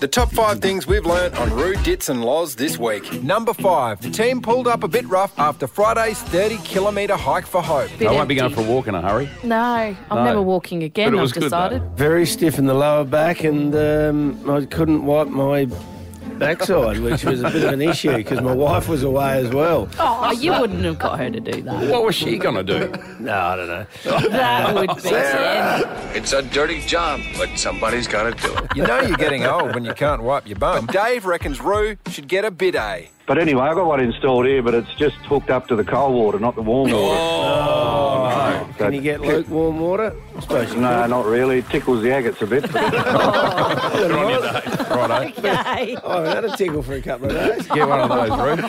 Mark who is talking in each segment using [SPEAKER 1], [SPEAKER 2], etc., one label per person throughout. [SPEAKER 1] The top five things we've learnt on Rue Dits and Loz this week.
[SPEAKER 2] Number five, the team pulled up a bit rough after Friday's 30 kilometre hike for hope.
[SPEAKER 3] I won't be going for a walk in a hurry.
[SPEAKER 4] No, I'm
[SPEAKER 3] No.
[SPEAKER 4] never walking again.
[SPEAKER 3] But it
[SPEAKER 4] I've
[SPEAKER 3] was good,
[SPEAKER 4] decided.
[SPEAKER 5] Very stiff in the lower back, and um, I couldn't wipe my backside, which was a bit of an issue because my wife was away as well.
[SPEAKER 4] Oh, you wouldn't have got her to do that.
[SPEAKER 3] What was she going to do?
[SPEAKER 5] No, I don't know.
[SPEAKER 4] That would be sad.
[SPEAKER 6] It's a dirty job, but somebody's got to do it.
[SPEAKER 2] You know you're getting old when you can't wipe your bum. Dave reckons Rue should get a bidet.
[SPEAKER 7] But anyway, I've got one installed here, but it's just hooked up to the cold water, not the warm
[SPEAKER 8] Oh.
[SPEAKER 7] water.
[SPEAKER 5] Can you get lukewarm water? I suppose you
[SPEAKER 7] No, not really. It tickles the agates a bit. But
[SPEAKER 4] Okay.
[SPEAKER 5] I haven't had a tickle for a couple of days.
[SPEAKER 3] Get one of those, Rue.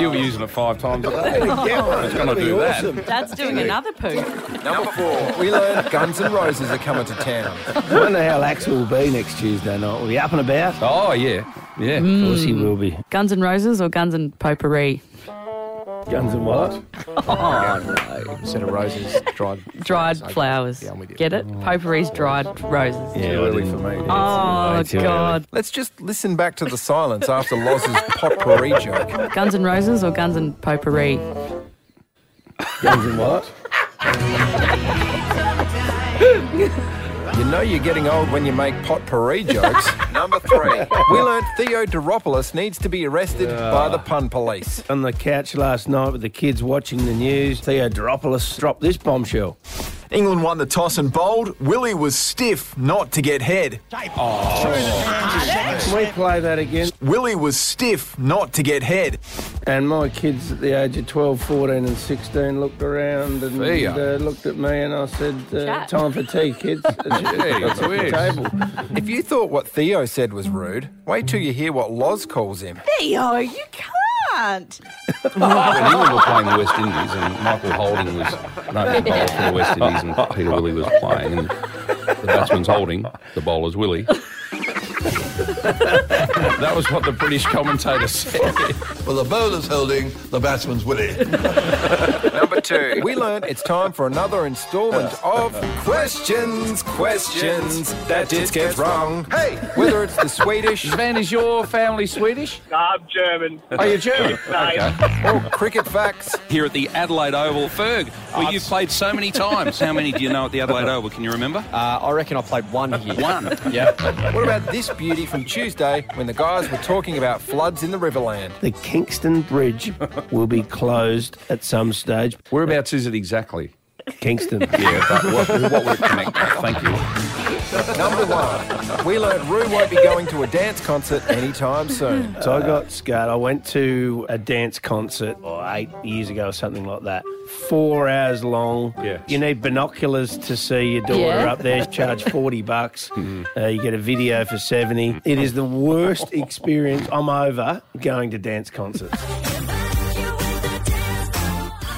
[SPEAKER 3] You'll be using it five times a day.
[SPEAKER 5] Yeah, well, it's
[SPEAKER 3] gonna
[SPEAKER 5] gonna be
[SPEAKER 3] do that.
[SPEAKER 5] awesome.
[SPEAKER 4] Dad's doing another poo.
[SPEAKER 2] Number four, we learned Guns N' Roses are coming to town.
[SPEAKER 5] I wonder how Lax will be next Tuesday night. Will he up and about? Of
[SPEAKER 3] Oh, yeah. Yeah.
[SPEAKER 5] course he will be.
[SPEAKER 4] Guns and Roses or Guns and Potpourri?
[SPEAKER 5] Guns and what?
[SPEAKER 3] Oh,
[SPEAKER 9] Instead of roses, dried.
[SPEAKER 4] Dried
[SPEAKER 9] Okay.
[SPEAKER 4] flowers.
[SPEAKER 9] Yeah, I'm with you.
[SPEAKER 4] Get it?
[SPEAKER 3] Oh.
[SPEAKER 4] Potpourri's dried roses.
[SPEAKER 5] Yeah,
[SPEAKER 2] Early for me.
[SPEAKER 4] Oh, God.
[SPEAKER 2] Let's just listen back to the silence after Loz's potpourri joke.
[SPEAKER 4] Guns and Roses or Guns and Potpourri?
[SPEAKER 5] Guns and what?
[SPEAKER 2] You know you're getting old when you make potpourri jokes. Number three, we learned Theo Duropoulos needs to be arrested by the pun police.
[SPEAKER 5] On the couch last night with the kids watching the news, Theodoropoulos dropped this bombshell.
[SPEAKER 10] England won the toss and bowled. Willie was stiff not to get head.
[SPEAKER 5] Can we play that again?
[SPEAKER 10] Willie was stiff not to get head.
[SPEAKER 5] And my kids at the age of 12, 14, and 16 looked around and
[SPEAKER 3] Theo.
[SPEAKER 5] uh, looked at me, and I said, uh,
[SPEAKER 4] Chat.
[SPEAKER 5] "Time for tea, kids."
[SPEAKER 3] it's weird.
[SPEAKER 5] table.
[SPEAKER 2] If you thought what Theo said was rude, wait till you hear what Loz calls him.
[SPEAKER 4] Theo, you can't.
[SPEAKER 3] When England were playing the West Indies and Michael Holding was no he bowled for the West Indies and Peter Willie was playing and the batsman's holding, the bowler's Willie. that was what the British commentator said.
[SPEAKER 11] Well, the bowler's holding, the batsman's willy.
[SPEAKER 2] Number two, we learned it's time for another instalment of questions, questions that Dits gets wrong. Hey, whether it's the Swedish
[SPEAKER 3] Van, is your family Swedish?
[SPEAKER 7] I'm German.
[SPEAKER 3] Are you German? Okay.
[SPEAKER 2] or Oh, cricket facts,
[SPEAKER 3] Here at the Adelaide Oval, Ferg, where you've played so many times. How many do you know at the Adelaide Oval? Can you remember?
[SPEAKER 9] Uh, I reckon I played one here.
[SPEAKER 3] One.
[SPEAKER 9] Yeah.
[SPEAKER 2] what about this beauty from Tuesday when the guys were talking about floods in the Riverland?
[SPEAKER 5] The Kingston Bridge will be closed at some stage.
[SPEAKER 3] Whereabouts is it exactly?
[SPEAKER 5] Kingston.
[SPEAKER 3] Yeah, but what, what would it connect? Thank you.
[SPEAKER 2] Number one, we learned Rue won't be going to a dance concert anytime soon.
[SPEAKER 5] So I got scared. I went to a dance concert oh, eight years ago or something like that. Four hours long.
[SPEAKER 3] Yeah.
[SPEAKER 5] You need binoculars to see your daughter
[SPEAKER 4] Yeah.
[SPEAKER 5] up there. Charge forty bucks. Uh, you get a video for seventy. It is the worst experience. I'm over going to dance concerts. Of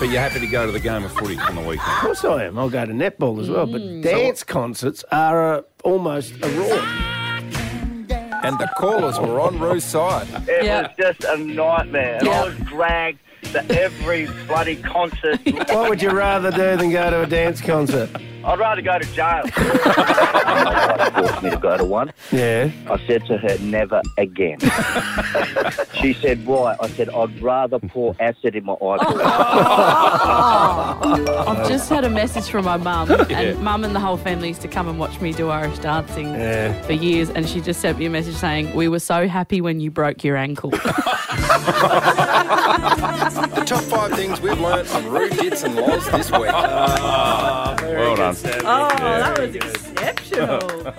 [SPEAKER 3] But you're happy to go to the game of footy on the weekend.
[SPEAKER 5] course I am. I'll go to netball as well.
[SPEAKER 4] Mm.
[SPEAKER 5] But dance concerts are uh, almost a roar.
[SPEAKER 2] And the callers were on Rue's side.
[SPEAKER 7] It
[SPEAKER 4] Yeah.
[SPEAKER 7] was just a nightmare. And
[SPEAKER 4] Yeah.
[SPEAKER 7] I was dragged to every bloody concert.
[SPEAKER 5] What would you rather do than go to a dance concert?
[SPEAKER 7] I'd rather go to jail.
[SPEAKER 6] My wife forced me to go to one.
[SPEAKER 5] Yeah.
[SPEAKER 6] I said to her, never again. she said, why? I said, I'd rather pour acid in my eyeball.
[SPEAKER 4] I've just had a message from my mum, and mum and the whole family used to come and watch me do Irish dancing for years, and she just sent me a message saying, "We were so happy when you broke your ankle."
[SPEAKER 2] The top five things we've learnt on Rue Dits and Loz this week.
[SPEAKER 3] Well done.
[SPEAKER 4] Oh, that was exceptional.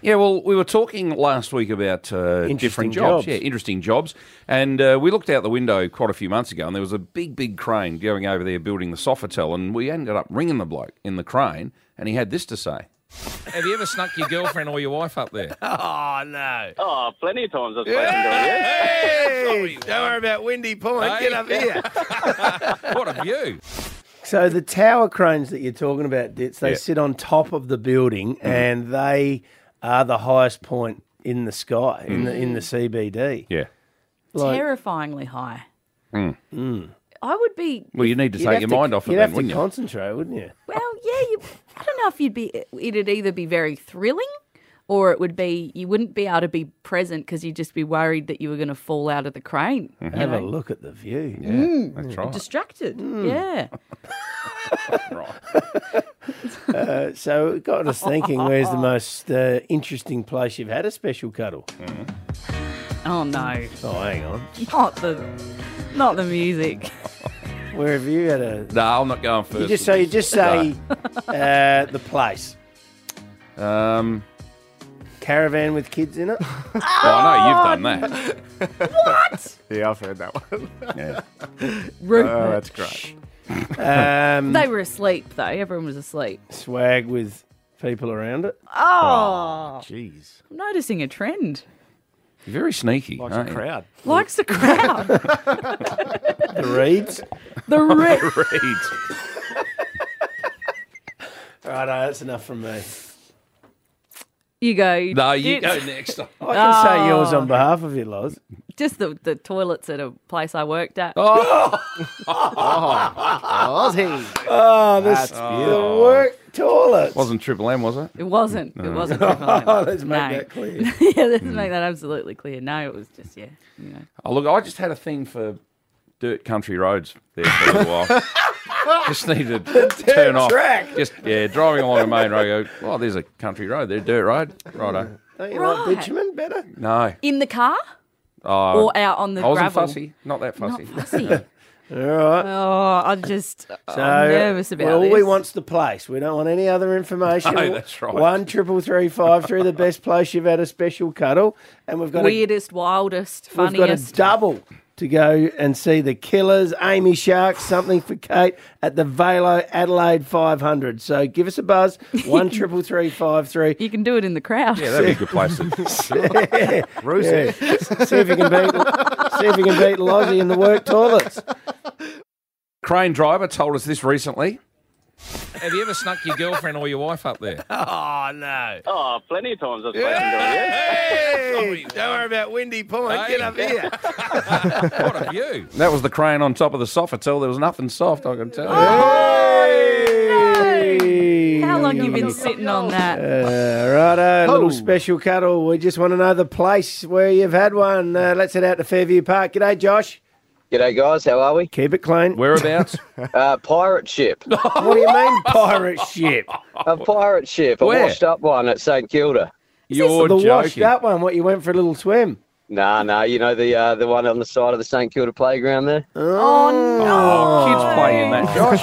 [SPEAKER 3] Yeah, well, we were talking last week about uh,
[SPEAKER 5] Interesting
[SPEAKER 3] different jobs.
[SPEAKER 5] jobs.
[SPEAKER 3] Yeah, interesting jobs. And uh, we looked out the window quite a few months ago, and there was a big, big crane going over there building the Sofitel, and we ended up ringing the bloke in the crane, and he had this to say.
[SPEAKER 9] Have you ever snuck your girlfriend or your wife up there?
[SPEAKER 5] Oh no.
[SPEAKER 7] Oh, plenty of times I've
[SPEAKER 5] Hey, don't worry about Windy Point. Get up here.
[SPEAKER 3] What a view!
[SPEAKER 5] So the tower cranes that you're talking about, Dits, they
[SPEAKER 3] Yeah.
[SPEAKER 5] sit on top of the building
[SPEAKER 7] Mm-hmm.
[SPEAKER 5] and they are the highest point in the sky in the
[SPEAKER 7] Mm.
[SPEAKER 5] in the CBD.
[SPEAKER 3] Yeah.
[SPEAKER 5] Like-
[SPEAKER 4] Terrifyingly high. Hmm. I would be
[SPEAKER 3] Well, you need to take your mind off it
[SPEAKER 5] You'd
[SPEAKER 3] then,
[SPEAKER 5] have to
[SPEAKER 3] wouldn't you?
[SPEAKER 5] concentrate, wouldn't you?
[SPEAKER 4] well, yeah. You, I don't know if you'd be. It'd either be very thrilling, or it would be you wouldn't be able to be present because you'd just be worried that you were going to fall out of the crane. you
[SPEAKER 5] Have a
[SPEAKER 4] know.
[SPEAKER 5] look at the view.
[SPEAKER 3] Yeah, that's right.
[SPEAKER 4] Distracted.
[SPEAKER 5] Mm.
[SPEAKER 4] Yeah.
[SPEAKER 5] Uh, so it got us thinking where's the most uh, interesting place you've had a special cuddle?
[SPEAKER 4] Oh, no.
[SPEAKER 5] Oh, hang on.
[SPEAKER 4] Not the, not the music.
[SPEAKER 5] Where have you had a.
[SPEAKER 3] No, I'm not going first.
[SPEAKER 5] You just say, you just say uh, the place.
[SPEAKER 3] Um,
[SPEAKER 5] Caravan with kids in it?
[SPEAKER 3] well, Oh, I know you've done that.
[SPEAKER 4] What?
[SPEAKER 12] Yeah, I've heard that one.
[SPEAKER 3] Yeah.
[SPEAKER 4] Rupert.
[SPEAKER 12] Oh, that's great.
[SPEAKER 5] Um,
[SPEAKER 4] they were asleep though. Everyone was asleep.
[SPEAKER 5] swag with people around it.
[SPEAKER 4] Oh,
[SPEAKER 5] jeez.
[SPEAKER 4] I'm noticing a trend.
[SPEAKER 3] You're very sneaky.
[SPEAKER 12] Likes
[SPEAKER 3] aren't
[SPEAKER 12] a
[SPEAKER 3] you?
[SPEAKER 12] crowd.
[SPEAKER 4] Likes the crowd.
[SPEAKER 5] The reeds.
[SPEAKER 4] The re-
[SPEAKER 5] Right, that's enough from me.
[SPEAKER 4] You go.
[SPEAKER 5] No, you
[SPEAKER 4] Did-
[SPEAKER 5] go next. I can say yours
[SPEAKER 4] Oh.
[SPEAKER 5] on behalf of you, Loz.
[SPEAKER 4] Just the, the toilets at a place I worked at.
[SPEAKER 3] Oh,
[SPEAKER 5] Aussie. Oh, this,
[SPEAKER 3] That's
[SPEAKER 5] the
[SPEAKER 3] beautiful.
[SPEAKER 5] work toilet.
[SPEAKER 3] Wasn't Triple M, was it?
[SPEAKER 4] It wasn't. It
[SPEAKER 3] No.
[SPEAKER 4] wasn't. Triple M.
[SPEAKER 5] Let's make that clear.
[SPEAKER 4] yeah, let's make that absolutely clear. No, it was just yeah. You know.
[SPEAKER 3] Oh, look, I just had a thing for dirt country roads there for a little while. just needed to turn off.
[SPEAKER 5] track.
[SPEAKER 3] Just yeah, driving along the main road. Go, oh, there's a country road there, dirt road, righto.
[SPEAKER 5] Don't you
[SPEAKER 4] Right.
[SPEAKER 5] like bitumen better?
[SPEAKER 3] No,
[SPEAKER 4] In the car
[SPEAKER 3] oh,
[SPEAKER 4] or out on the
[SPEAKER 3] I wasn't
[SPEAKER 4] gravel.
[SPEAKER 3] fussy, not that fussy.
[SPEAKER 4] fussy.
[SPEAKER 5] All right.
[SPEAKER 4] Oh, I just
[SPEAKER 5] So,
[SPEAKER 4] I'm nervous about
[SPEAKER 5] well, all
[SPEAKER 4] this.
[SPEAKER 5] we want's the place. We don't want any other information.
[SPEAKER 3] No, that's right.
[SPEAKER 5] One triple three five three, the best place you've had a special cuddle, and we've got a,
[SPEAKER 4] Weirdest, wildest,
[SPEAKER 5] we've got a
[SPEAKER 4] funniest.
[SPEAKER 5] double to go and see the Killers, Amy Shark, something for Kate at the Velo Adelaide five hundred. So give us a buzz. One triple three five three.
[SPEAKER 4] you can do it in the crowd.
[SPEAKER 3] Yeah, that'd be a good place. To...
[SPEAKER 12] Bruce.
[SPEAKER 5] Yeah. see if you can beat see if you can beat Lozzie in the work toilets.
[SPEAKER 3] Crane driver told us this recently.
[SPEAKER 9] Have you ever snuck your girlfriend or your wife up there?
[SPEAKER 12] Oh, no.
[SPEAKER 13] Oh, plenty of times I've spoken to her.
[SPEAKER 5] Hey, don't worry about Windy Point. Get up here.
[SPEAKER 9] What have you?
[SPEAKER 3] That was the crane on top of the Sofitel. There was nothing soft, I can tell you.
[SPEAKER 5] Oh!
[SPEAKER 4] How long you been sitting on that?
[SPEAKER 5] Mm. Uh, righto,
[SPEAKER 3] Oh.
[SPEAKER 5] little special cuddle. We just want to know the place where you've had one. Uh, let's head out to Fairview Park. G'day, Josh.
[SPEAKER 13] G'day, guys. How are we?
[SPEAKER 5] Keep it clean.
[SPEAKER 3] Whereabouts?
[SPEAKER 13] Uh, pirate ship.
[SPEAKER 5] What do you mean, pirate ship?
[SPEAKER 13] A pirate ship. A
[SPEAKER 3] Where?
[SPEAKER 13] washed up one at St Kilda.
[SPEAKER 3] You're
[SPEAKER 5] the washed
[SPEAKER 3] joking.
[SPEAKER 5] up one. What you went for a little swim?
[SPEAKER 13] Nah, nah. You know the uh, the one on the side of the St Kilda playground there.
[SPEAKER 3] Oh, kids playing that, Josh.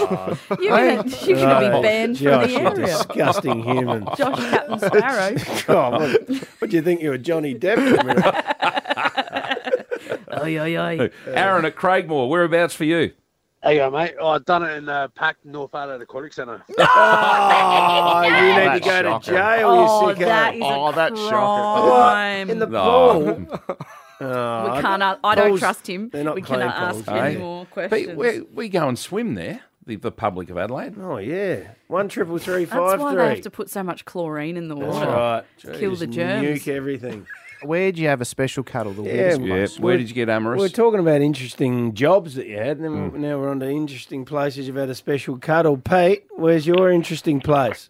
[SPEAKER 4] You're gonna, you're gonna be banned from
[SPEAKER 5] Josh,
[SPEAKER 4] the
[SPEAKER 5] you
[SPEAKER 4] area.
[SPEAKER 5] disgusting human.
[SPEAKER 4] Josh Captain Sparrow.
[SPEAKER 5] God, what, what do you think you were, Johnny Depp?
[SPEAKER 4] Oi, oi, oi.
[SPEAKER 3] Aaron at Craigmore, whereabouts for you?
[SPEAKER 8] There you go, mate. Oh, I've done it in uh, packed North Adelaide Aquatic Centre.
[SPEAKER 5] oh, you need to go to
[SPEAKER 12] shocking.
[SPEAKER 5] jail,
[SPEAKER 4] Oh,
[SPEAKER 5] you sicko.
[SPEAKER 4] that is
[SPEAKER 12] Oh,
[SPEAKER 4] a
[SPEAKER 12] that's
[SPEAKER 4] crime.
[SPEAKER 5] In the
[SPEAKER 3] No.
[SPEAKER 5] pool.
[SPEAKER 4] we can't. a- I don't
[SPEAKER 5] Paul's-
[SPEAKER 4] trust him.
[SPEAKER 5] they're not eh?
[SPEAKER 4] we
[SPEAKER 5] clean
[SPEAKER 4] cannot
[SPEAKER 5] Pauls,
[SPEAKER 4] ask
[SPEAKER 5] are
[SPEAKER 4] any
[SPEAKER 3] they?
[SPEAKER 4] more
[SPEAKER 3] But
[SPEAKER 4] questions.
[SPEAKER 3] we, we go and swim there, the, the public of Adelaide.
[SPEAKER 5] Oh, yeah. One triple three
[SPEAKER 4] That's
[SPEAKER 5] five
[SPEAKER 4] why
[SPEAKER 5] three.
[SPEAKER 4] they have to put so much chlorine in the
[SPEAKER 5] That's
[SPEAKER 4] water.
[SPEAKER 5] right.
[SPEAKER 4] Kill the
[SPEAKER 5] Jeez,
[SPEAKER 4] germs.
[SPEAKER 5] Nuke everything.
[SPEAKER 12] Where'd you have a special cuddle? The
[SPEAKER 5] Yeah,
[SPEAKER 12] weirdest
[SPEAKER 3] Yeah.
[SPEAKER 12] place?
[SPEAKER 3] Where did you get amorous?
[SPEAKER 5] We are talking about interesting jobs that you had, and then now we're on to interesting places you've had a special cuddle. Pete, where's your interesting place?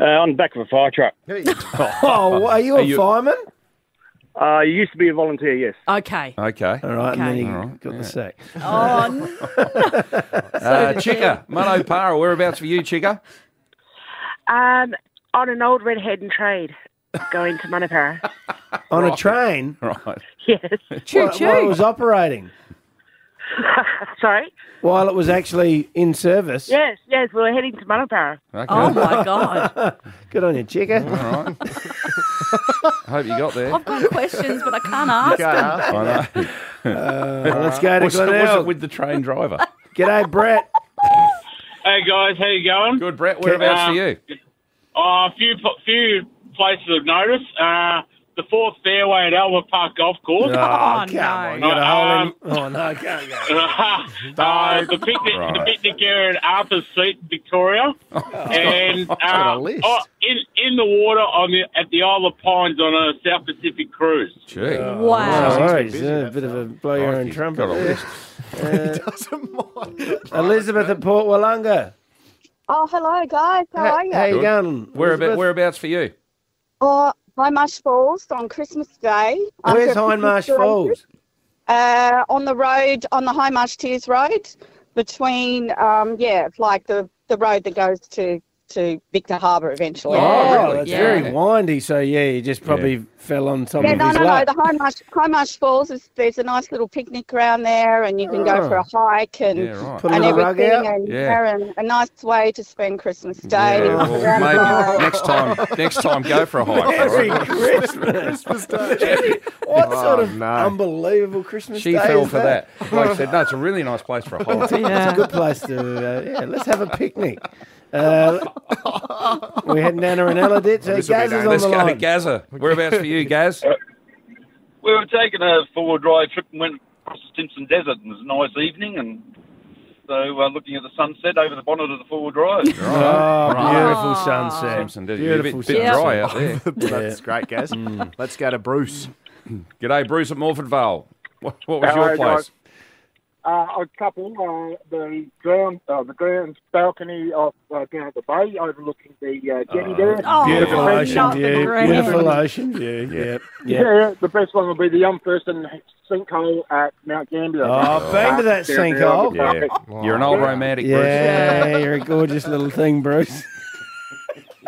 [SPEAKER 13] Uh, on the back of a fire truck.
[SPEAKER 5] Oh, are you a fireman?
[SPEAKER 13] Uh, you used to be a volunteer, yes.
[SPEAKER 4] Okay.
[SPEAKER 3] okay.
[SPEAKER 5] All right, and then
[SPEAKER 4] Okay.
[SPEAKER 5] you got the sack.
[SPEAKER 4] Oh, no.
[SPEAKER 3] Uh, Chica, Manopara, whereabouts for you, Chica?
[SPEAKER 14] Um, on an old redhead in trade, going to Manapara.
[SPEAKER 5] On a train,
[SPEAKER 3] Right.
[SPEAKER 14] yes.
[SPEAKER 4] Choo
[SPEAKER 5] while, while it
[SPEAKER 4] choo.
[SPEAKER 5] was operating,
[SPEAKER 14] Sorry.
[SPEAKER 5] while it was actually in service.
[SPEAKER 14] Yes, yes. We were heading to Manapara.
[SPEAKER 3] Okay.
[SPEAKER 4] Oh my god.
[SPEAKER 5] Good on you, chicken.
[SPEAKER 3] All right. I hope you got there.
[SPEAKER 4] I've got questions, but I can't ask them.
[SPEAKER 12] Yeah.
[SPEAKER 3] I know.
[SPEAKER 5] let's go to
[SPEAKER 3] Was it, was
[SPEAKER 5] Glenelg.
[SPEAKER 3] it with the train driver?
[SPEAKER 5] G'day, Brett.
[SPEAKER 15] Hey guys, how you going?
[SPEAKER 3] Good, Brett. Whereabouts
[SPEAKER 15] Um,
[SPEAKER 3] for you?
[SPEAKER 15] Uh, a few pl- few places of notice. Uh, the fourth fairway at Albert Park Golf Course.
[SPEAKER 4] Oh,
[SPEAKER 5] come on,
[SPEAKER 4] no.
[SPEAKER 5] you got a hole
[SPEAKER 15] Um,
[SPEAKER 5] in. Oh no, can't go.
[SPEAKER 15] Uh, the picnic, the
[SPEAKER 3] Right. Oh,
[SPEAKER 15] picnic area at Arthur's Seat, Victoria, and
[SPEAKER 12] got a
[SPEAKER 15] uh,
[SPEAKER 12] list.
[SPEAKER 15] oh, in in the water on the at the Isle of Pines on a South Pacific cruise.
[SPEAKER 3] Gee.
[SPEAKER 5] No
[SPEAKER 4] Wow.
[SPEAKER 5] worries, yeah, a bit of a blow your
[SPEAKER 3] Crikey,
[SPEAKER 5] own trumpet.
[SPEAKER 3] got a
[SPEAKER 5] there.
[SPEAKER 3] list.
[SPEAKER 12] Doesn't mind.
[SPEAKER 5] Elizabeth at Port Wollonga.
[SPEAKER 16] Oh, hello, guys. How are you?
[SPEAKER 3] Good. Whereabouts, whereabouts for you?
[SPEAKER 16] Oh, Hindmarsh Falls on Christmas Day. after
[SPEAKER 5] Where's
[SPEAKER 16] a Christmas
[SPEAKER 5] Hindmarsh
[SPEAKER 16] parade.
[SPEAKER 5] Falls?
[SPEAKER 16] Uh, on the road, on the Hindmarsh Tears Road, between, um, yeah, like the, the road that goes to, to Victor Harbour eventually.
[SPEAKER 5] Oh, that's
[SPEAKER 16] yeah.
[SPEAKER 5] very windy. So yeah, you just probably fell on top
[SPEAKER 16] Yeah,
[SPEAKER 5] of
[SPEAKER 16] no,
[SPEAKER 5] his
[SPEAKER 16] no, no.
[SPEAKER 5] lap.
[SPEAKER 16] The Hindmarsh, Hindmarsh Falls is there's a nice little picnic ground there, and you can
[SPEAKER 5] Oh.
[SPEAKER 16] go for a hike and
[SPEAKER 5] Yeah, right. Put a
[SPEAKER 16] and
[SPEAKER 5] little rug
[SPEAKER 16] everything,
[SPEAKER 5] out?
[SPEAKER 16] and
[SPEAKER 3] Yeah.
[SPEAKER 16] and a nice way to spend Christmas
[SPEAKER 3] Yeah,
[SPEAKER 16] Day.
[SPEAKER 3] well, maybe next time, next time, go for a hike.
[SPEAKER 5] Merry
[SPEAKER 3] all right?
[SPEAKER 5] Christmas. what
[SPEAKER 3] Oh,
[SPEAKER 5] sort of
[SPEAKER 3] no.
[SPEAKER 5] unbelievable Christmas
[SPEAKER 3] She
[SPEAKER 5] day
[SPEAKER 3] fell
[SPEAKER 5] is
[SPEAKER 3] for that. Like I said, no, it's a really nice place for a hike.
[SPEAKER 5] It's a good place to. Uh, yeah, let's have a picnic. Uh, we had Nana and Ella did. So
[SPEAKER 3] This will be
[SPEAKER 5] Gaz is
[SPEAKER 3] nice.
[SPEAKER 5] on
[SPEAKER 3] Let's
[SPEAKER 5] the
[SPEAKER 3] go to
[SPEAKER 5] line.
[SPEAKER 3] Gaza. Whereabouts for you, Gaz?
[SPEAKER 15] We were taking a four-wheel drive trip and went across the Simpson Desert, and it was a nice evening, and so uh, looking at the sunset over the bonnet of the four-wheel drive.
[SPEAKER 5] Oh, beautiful sunset.
[SPEAKER 3] Simpson, did you? You're a bit-
[SPEAKER 5] beautiful
[SPEAKER 3] bit dry out there.
[SPEAKER 12] That's great, Gaz.
[SPEAKER 5] Mm.
[SPEAKER 12] Let's go to Bruce.
[SPEAKER 3] G'day, Bruce at Morford Vale. What, what was
[SPEAKER 17] Hello,
[SPEAKER 3] your place?
[SPEAKER 17] Uh, a couple, uh, the ground, uh, the ground balcony of uh, down at the bay, overlooking the uh, jetty there.
[SPEAKER 5] Oh, beautiful
[SPEAKER 17] The best-
[SPEAKER 5] ocean view. Beautiful ocean view. Yep.
[SPEAKER 17] Yeah.
[SPEAKER 5] Yep.
[SPEAKER 17] the best one will be the Youngfirst sinkhole at Mount Gambier.
[SPEAKER 5] Oh, bang to that
[SPEAKER 17] Down there
[SPEAKER 5] sinkhole.
[SPEAKER 17] on the market.
[SPEAKER 3] You're an old romantic, Bruce.
[SPEAKER 5] Yeah, you're a gorgeous little thing, Bruce.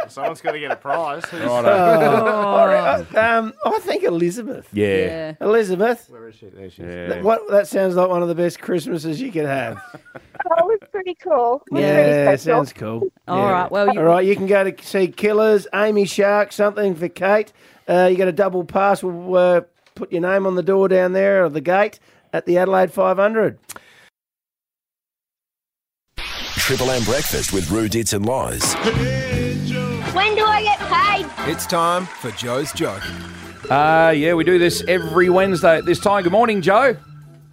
[SPEAKER 12] Someone's got to get a prize. Who's-
[SPEAKER 5] Oh, I- I- um, I think Elizabeth.
[SPEAKER 12] Yeah. Yeah.
[SPEAKER 5] Elizabeth.
[SPEAKER 12] Where is she? There she
[SPEAKER 5] Th-
[SPEAKER 12] is.
[SPEAKER 5] What that sounds like one of the best Christmases you could have.
[SPEAKER 16] That was pretty cool. It was pretty
[SPEAKER 5] yeah,
[SPEAKER 16] special.
[SPEAKER 5] sounds cool.
[SPEAKER 16] All right, well, you-
[SPEAKER 5] all right, you can go to see Killers, Amy Shark, something for Kate. Uh, you got a double pass. We'll uh, put your name on the door down there or the gate at the Adelaide 500.
[SPEAKER 2] Triple M breakfast with Rue Dits and Lies.
[SPEAKER 18] When do I get paid?
[SPEAKER 2] It's time for Joe's joke.
[SPEAKER 3] Uh, yeah, we do this every Wednesday at this time. Good morning, Joe.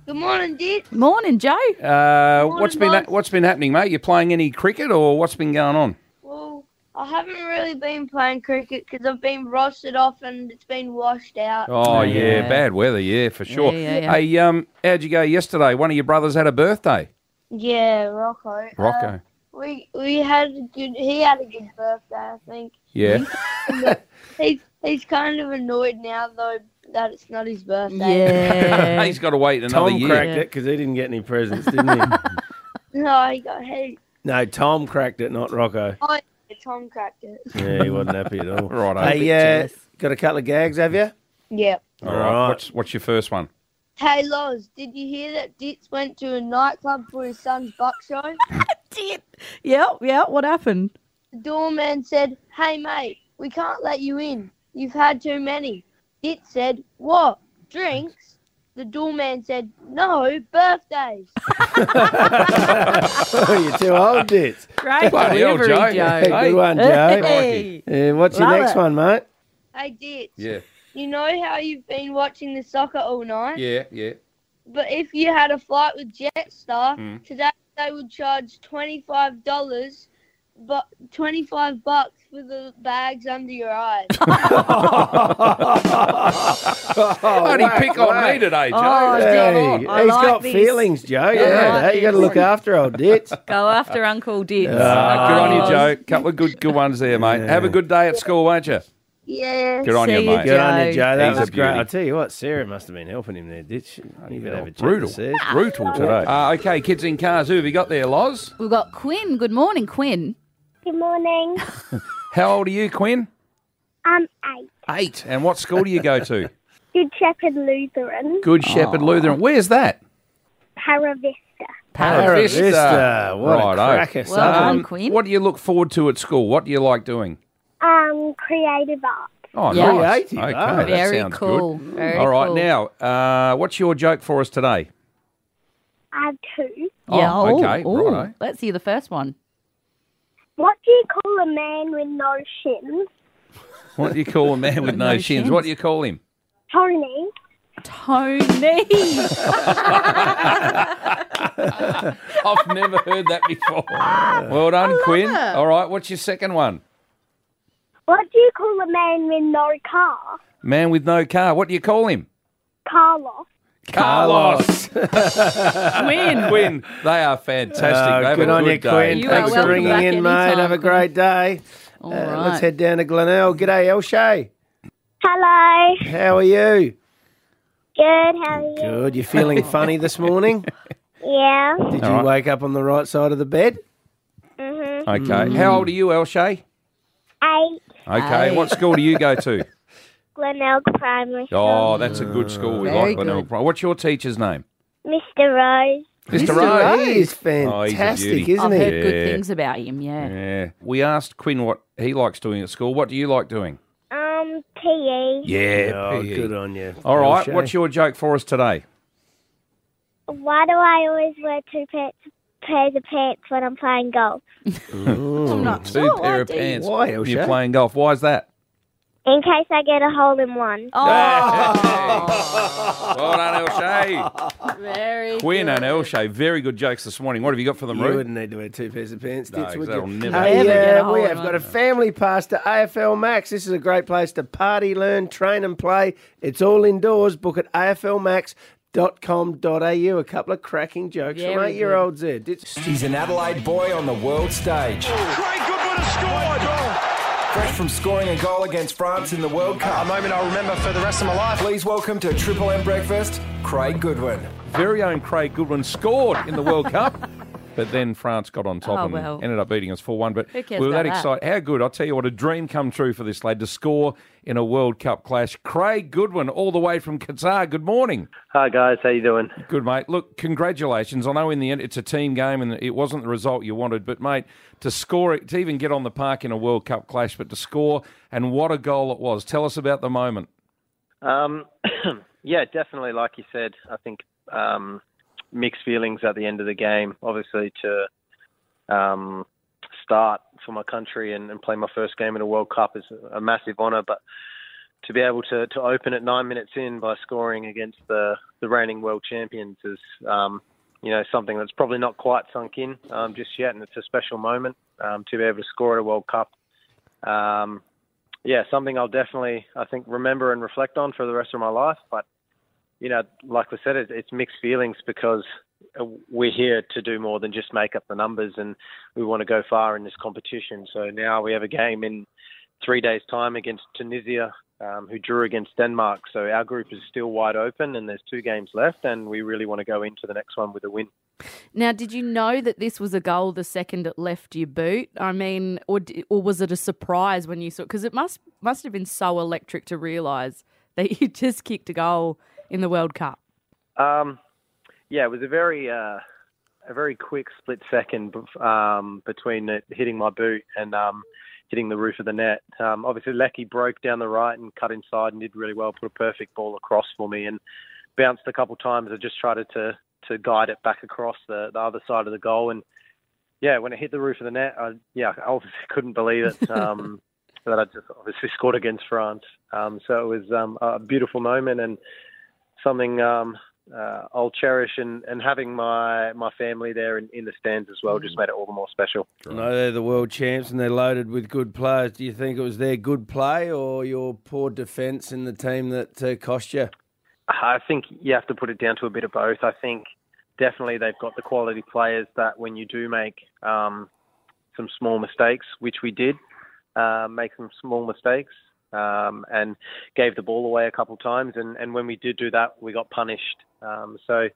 [SPEAKER 18] Good morning, Dit.
[SPEAKER 4] Morning, Joe.
[SPEAKER 3] Uh, what's been ha- what's been happening, mate? You playing any cricket or what's been going on?
[SPEAKER 18] Well, I haven't really been playing cricket because I've been rostered off and it's been washed out.
[SPEAKER 3] Oh yeah, bad weather, yeah, for sure.
[SPEAKER 18] yeah, yeah.
[SPEAKER 3] Hey, um, how'd you go yesterday? One of your brothers had a birthday.
[SPEAKER 18] Yeah, Rocco.
[SPEAKER 3] Rocco.
[SPEAKER 18] Uh, we we had a good. He had a good birthday, I think.
[SPEAKER 3] Yeah.
[SPEAKER 18] He's he's kind of annoyed now though that it's not his birthday.
[SPEAKER 5] Yeah.
[SPEAKER 3] He's got to wait another
[SPEAKER 5] Tom
[SPEAKER 3] year.
[SPEAKER 5] cracked it because he didn't get any presents, didn't he?
[SPEAKER 18] No, he got he.
[SPEAKER 5] no, Tom cracked it, not Rocco.
[SPEAKER 18] Oh, Tom cracked it.
[SPEAKER 5] Yeah, he wasn't happy at all.
[SPEAKER 3] Righto.
[SPEAKER 5] Hey, uh, got a couple of gags, have you?
[SPEAKER 18] Yeah.
[SPEAKER 3] All right. What's, what's your first one?
[SPEAKER 18] Hey Loz, did you hear that Ditz went to a nightclub for his son's buck show?
[SPEAKER 4] Yeah, yeah. What happened?
[SPEAKER 18] The doorman said, Hey mate, we can't let you in. You've had too many. It said, What? Drinks? The doorman said, No, birthdays.
[SPEAKER 5] oh, you're too old, Dits.
[SPEAKER 18] Great
[SPEAKER 3] Bloody hell, delivery, Joe. Joe.
[SPEAKER 5] Yeah,
[SPEAKER 3] Hey.
[SPEAKER 5] Good one, Joe.
[SPEAKER 18] Crikey.
[SPEAKER 5] Yeah, what's your
[SPEAKER 18] Love
[SPEAKER 5] next
[SPEAKER 18] it.
[SPEAKER 5] one, mate?
[SPEAKER 18] Hey Ditz,
[SPEAKER 3] Yeah.
[SPEAKER 18] you know how you've been watching the soccer all night?
[SPEAKER 3] Yeah, yeah.
[SPEAKER 18] But if you had a flight with Jetstar,
[SPEAKER 3] Mm.
[SPEAKER 18] today they would charge twenty five dollars but twenty five bucks for the bags under your eyes.
[SPEAKER 3] Bloody pick on me today, Joe. What's
[SPEAKER 5] Hey,
[SPEAKER 3] going on?
[SPEAKER 4] Oh, I
[SPEAKER 5] he's
[SPEAKER 4] like
[SPEAKER 5] got
[SPEAKER 4] these.
[SPEAKER 5] feelings, Joe.
[SPEAKER 4] I
[SPEAKER 5] Yeah,
[SPEAKER 4] like
[SPEAKER 5] you got to look after old Dits.
[SPEAKER 4] Go after Uncle Dick.
[SPEAKER 3] Uh, good on you, Joe. Couple of good good ones there, mate. Have a good day at school, won't you?
[SPEAKER 18] Yeah.
[SPEAKER 3] Good on you, mate.
[SPEAKER 5] Good on you, Joe. That
[SPEAKER 3] He's a
[SPEAKER 5] was great.
[SPEAKER 3] beauty.
[SPEAKER 5] I tell you what, Sarah must have been helping him there, Dits. She didn't even have a chat
[SPEAKER 3] Brutal.
[SPEAKER 5] with Sarah.
[SPEAKER 3] Brutal today. Uh, okay, kids in cars. Who have you got there, Loz?
[SPEAKER 4] We've got Quinn. Good morning, Quinn.
[SPEAKER 19] Good morning.
[SPEAKER 3] How old are you, Quinn?
[SPEAKER 19] I'm eight.
[SPEAKER 3] Eight. And what school do you go to? Oh.
[SPEAKER 19] Good Shepherd Lutheran.
[SPEAKER 3] Good Shepherd Lutheran. Where's that?
[SPEAKER 19] Paravista.
[SPEAKER 5] Para Vista. What a cracker, Well son. done,
[SPEAKER 3] Quinn. What do you look forward to at school? What do you like doing?
[SPEAKER 19] Um, creative art.
[SPEAKER 3] Oh,
[SPEAKER 19] Yeah.
[SPEAKER 3] nice.
[SPEAKER 19] Creative,
[SPEAKER 3] Okay,
[SPEAKER 19] ah.
[SPEAKER 3] that
[SPEAKER 19] Very
[SPEAKER 3] sounds
[SPEAKER 19] cool,
[SPEAKER 3] good.
[SPEAKER 19] very
[SPEAKER 3] All right,
[SPEAKER 19] cool.
[SPEAKER 3] now, uh, what's your joke for us today?
[SPEAKER 19] I have two.
[SPEAKER 4] Yeah.
[SPEAKER 3] Oh, okay,
[SPEAKER 4] ooh,
[SPEAKER 3] righto.
[SPEAKER 4] Let's hear the first one.
[SPEAKER 19] What do you call a man with no shins?
[SPEAKER 3] What do you call a man with no,
[SPEAKER 4] No
[SPEAKER 3] shins?
[SPEAKER 4] shins.
[SPEAKER 3] What do you call him?
[SPEAKER 19] Tony.
[SPEAKER 4] Tony.
[SPEAKER 3] I've never heard that before. Well done, Quinn.
[SPEAKER 19] it.
[SPEAKER 3] All right, what's your second one?
[SPEAKER 19] What do you call a man with no car?
[SPEAKER 3] Man with no car. What do you call him?
[SPEAKER 19] Carlos.
[SPEAKER 3] Carlos.
[SPEAKER 5] Quinn.
[SPEAKER 3] Quinn. They are fantastic.
[SPEAKER 5] Oh,
[SPEAKER 3] They have
[SPEAKER 5] good
[SPEAKER 3] a
[SPEAKER 5] on
[SPEAKER 3] good
[SPEAKER 5] you,
[SPEAKER 3] day.
[SPEAKER 5] Quinn. Thanks for ringing in, mate. Have a great day. All
[SPEAKER 19] right.
[SPEAKER 5] Uh, Let's head down to Glenelg. G'day, Elshay.
[SPEAKER 19] Hello.
[SPEAKER 5] How are you?
[SPEAKER 19] Good. How are you?
[SPEAKER 5] Good. You feeling funny this morning?
[SPEAKER 19] Yeah.
[SPEAKER 5] Did you wake up on the right side of the bed?
[SPEAKER 19] Mhm.
[SPEAKER 3] Okay. How old are you, Elshay?
[SPEAKER 19] Eight.
[SPEAKER 3] Okay. What school do you go to?
[SPEAKER 19] Glenelg Primary.
[SPEAKER 3] Oh, that's a good school. We
[SPEAKER 19] Very
[SPEAKER 3] like Glenelg. Pri- What's your teacher's name?
[SPEAKER 19] Mr. Rose.
[SPEAKER 3] Mr.
[SPEAKER 5] Mr.
[SPEAKER 3] Rose.
[SPEAKER 5] Rose is
[SPEAKER 3] Oh, he's a
[SPEAKER 5] fantastic,
[SPEAKER 3] beauty.
[SPEAKER 5] isn't
[SPEAKER 4] I've
[SPEAKER 5] he?
[SPEAKER 4] heard good
[SPEAKER 3] Yeah. Mm.
[SPEAKER 4] things about him, yeah.
[SPEAKER 3] Yeah. We asked Quinn what he likes doing at school. What do you like doing?
[SPEAKER 19] Um, PE.
[SPEAKER 3] Yeah.
[SPEAKER 5] Oh,
[SPEAKER 3] PE.
[SPEAKER 5] good on you.
[SPEAKER 3] All right.
[SPEAKER 5] Elshay.
[SPEAKER 3] What's your joke for us today?
[SPEAKER 19] Why do I always wear two pants, pairs of pants when I'm playing golf?
[SPEAKER 3] I'm
[SPEAKER 19] not
[SPEAKER 3] Two
[SPEAKER 4] Oh,
[SPEAKER 19] sure,
[SPEAKER 3] pair of
[SPEAKER 19] I do.
[SPEAKER 3] pants.
[SPEAKER 19] Why,
[SPEAKER 3] when
[SPEAKER 19] Elshay?
[SPEAKER 3] You're playing golf. Why is that?
[SPEAKER 19] In case I get a hole in one.
[SPEAKER 4] Oh,
[SPEAKER 3] Well done, Elshay.
[SPEAKER 4] Very
[SPEAKER 3] Quinn and Elshay, very good jokes this morning. What have you got for them,
[SPEAKER 5] You
[SPEAKER 3] Roo?
[SPEAKER 5] wouldn't need to wear two pairs of pants,
[SPEAKER 3] No,
[SPEAKER 5] Dits, would you?
[SPEAKER 3] that'll never
[SPEAKER 5] Hey,
[SPEAKER 3] happen.
[SPEAKER 5] uh,
[SPEAKER 3] Never get a
[SPEAKER 5] we
[SPEAKER 3] hold
[SPEAKER 5] have
[SPEAKER 3] of
[SPEAKER 5] got a family pass to AFL Max. This is a great place to party, learn, train, and play. It's all indoors. Book at aflmax.com.au. A couple of cracking jokes
[SPEAKER 2] Yeah,
[SPEAKER 5] from
[SPEAKER 2] we
[SPEAKER 5] eight year olds there. Dits.
[SPEAKER 2] He's an Adelaide boy on the world stage.
[SPEAKER 5] Craig Goodwin has
[SPEAKER 2] Fresh from scoring a goal against France in the World Cup. A moment I'll remember for the rest of my life. Please welcome to Triple M Breakfast, Craig Goodwin.
[SPEAKER 3] Very own Craig Goodwin scored in the World Cup. But then France got on top
[SPEAKER 2] Oh,
[SPEAKER 3] and
[SPEAKER 2] well.
[SPEAKER 3] ended up beating us 4 1. But
[SPEAKER 2] Who cares
[SPEAKER 3] we were that
[SPEAKER 2] about that?
[SPEAKER 3] excited. How good. I'll tell you what, a dream come true for this lad to score in a World Cup clash. Craig Goodwin, all the way from Qatar. Good morning.
[SPEAKER 20] Hi guys, how you doing?
[SPEAKER 3] Good, mate. Look, congratulations. I know in the end it's a team game and it wasn't the result you wanted, but mate, to score it, to even get on the park in a World Cup clash, but to score and what a goal it was. Tell us about the moment.
[SPEAKER 20] Um, yeah, definitely. Like you said, I think um, mixed feelings at the end of the game. Obviously, to um, start for my country and, and play my first game in a World Cup is a massive honour, but to be able to, to open it nine minutes in by scoring against the, the reigning world champions is, um, you know, something that's probably not quite sunk in um, just yet, and it's a special moment um, to be able to score at a World Cup. Um, yeah, something I'll definitely, I think, remember and reflect on for the rest of my life. But, you know, like we said, it, it's mixed feelings because uh, we're here to do more than just make up the numbers and we want to go far in this competition. So now we have a game in three days' time against Tunisia, um, who drew against Denmark. So our group is still wide open and there's two games left and we really want to go into the next one with a win.
[SPEAKER 4] Now, did you know that this was a goal the second it left your boot? I mean, or d- or was it a surprise when you saw? Because it must must have been so electric to realise that you just kicked a goal in the World Cup.
[SPEAKER 20] Um, yeah, it was a very uh, a very quick split second bef- um, between it hitting my boot and um, hitting the roof of the net. Um, obviously, Lecky broke down the right and cut inside and did really well. Put a perfect ball across for me and bounced a couple times. I just tried to to guide it back across the, the other side of the goal and yeah, when it hit the roof of the net, I, yeah, I obviously couldn't believe it um, that I just obviously scored against France. Um, so it was um, a beautiful moment and something um, uh, I'll cherish. And, and having my my family there in, in the stands as well just made it all the more special.
[SPEAKER 5] I know they're the world champs and they're loaded with good players. Do you think it was their good play or your poor defence in the team that uh, cost you?
[SPEAKER 20] I think you have to put it down to a bit of both. I think definitely they've got the quality players that when you do make um, some small mistakes, which we did, uh, make some small mistakes um, and gave the ball away a couple times. And, and when we did do that, we got punished. Um, so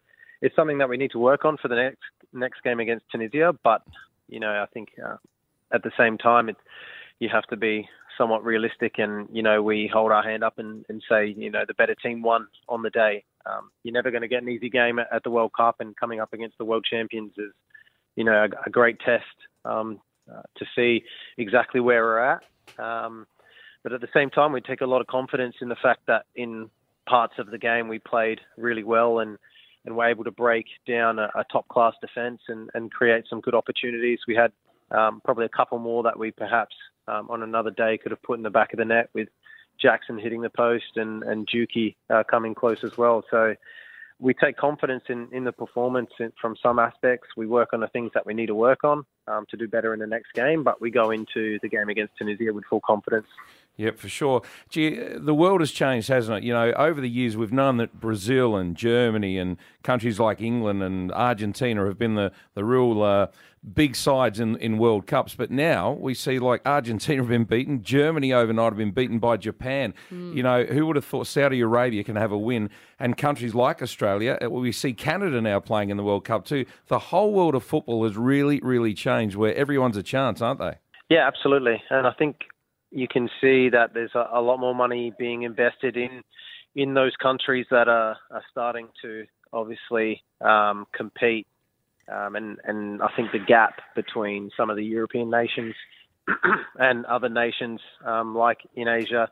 [SPEAKER 20] it's something that we need to work on for the next next game against Tunisia. But you know, I think uh, at the same time, it, you have to be somewhat realistic, and you know, we hold our hand up and, and say, you know, the better team won on the day. Um, you're never going to get an easy game at, at the World Cup, and coming up against the world champions is, you know, a, a great test um, uh, to see exactly where we're at. Um, but at the same time, we take a lot of confidence in the fact that in parts of the game we played really well and and were able to break down a, a top class defence and, and create some good opportunities. We had um, probably a couple more that we perhaps um, on another day could have put in the back of the net with Jackson hitting the post and and Juki uh, coming close as well. So we take confidence in, in the performance in, from some aspects. We work on the things that we need to work on um, to do better in the next game, but we go into the game against Tunisia with full confidence.
[SPEAKER 3] Yep, for sure. Gee, uh, the world has changed, hasn't it? You know, over the years, we've known that Brazil and Germany and countries like England and Argentina have been the, the real uh, big sides in, in World Cups. But now we see like Argentina have been beaten, Germany overnight have been beaten by Japan.
[SPEAKER 2] Mm.
[SPEAKER 3] You know, who would have thought Saudi Arabia can have a win? And countries like Australia, uh, we see Canada now playing in the World Cup too. The whole world of football has really, really changed where everyone's a chance, aren't they?
[SPEAKER 20] Yeah, absolutely. And I think you can see that there's a, a lot more money being invested in in those countries that are, are starting to obviously um, compete. Um, and, and I think the gap between some of the European nations and other nations um, like in Asia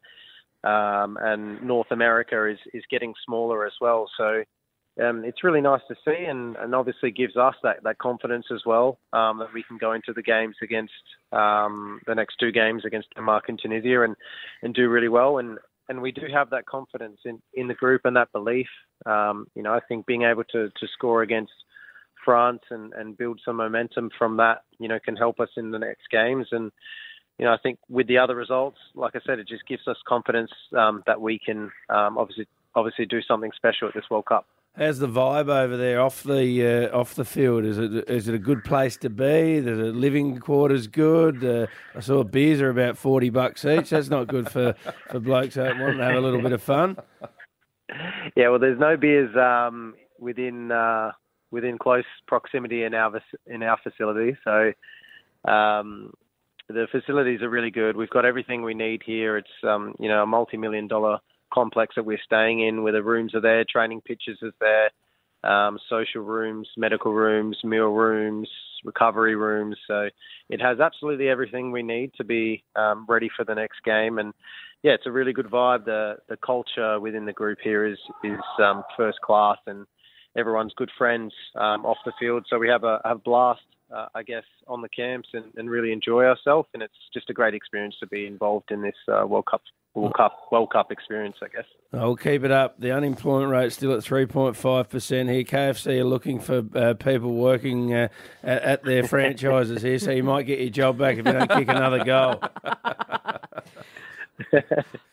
[SPEAKER 20] um, and North America is, is getting smaller as well. So um, it's really nice to see and, and obviously gives us that, that confidence as well um, that we can go into the games against um, the next two games against Denmark and Tunisia and, and do really well. And, and we do have that confidence in, in the group and that belief. Um, you know, I think being able to, to score against France and, and build some momentum from that, you know, can help us in the next games. And, you know, I think with the other results, like I said, it just gives us confidence um, that we can um, obviously obviously do something special at this World Cup.
[SPEAKER 5] How's the vibe over there off the uh, off the field? Is it is it a good place to be? The living quarters good. Uh, I saw beers are about forty bucks each. That's not good for, for blokes that want to have a little bit of fun.
[SPEAKER 20] Yeah, well, there's no beers um, within uh, within close proximity in our vac- in our facility, so um, the facilities are really good. We've got everything we need here. It's um, you know a multi-million dollar complex that we're staying in, where the rooms are there, training pitches is there, um, social rooms, medical rooms, meal rooms, recovery rooms. So it has absolutely everything we need to be um, ready for the next game. And yeah, it's a really good vibe. The the culture within the group here is is um, first class, and everyone's good friends um, off the field. So we have a, a blast, uh, I guess, on the camps and, and really enjoy ourselves. And it's just a great experience to be involved in this uh, World Cup World Cup World Cup experience, I guess.
[SPEAKER 5] I'll keep it up. The unemployment rate's still at 3.5% here. KFC are looking for uh, people working uh, at, at their franchises here, so you might get your job back if you don't kick another goal.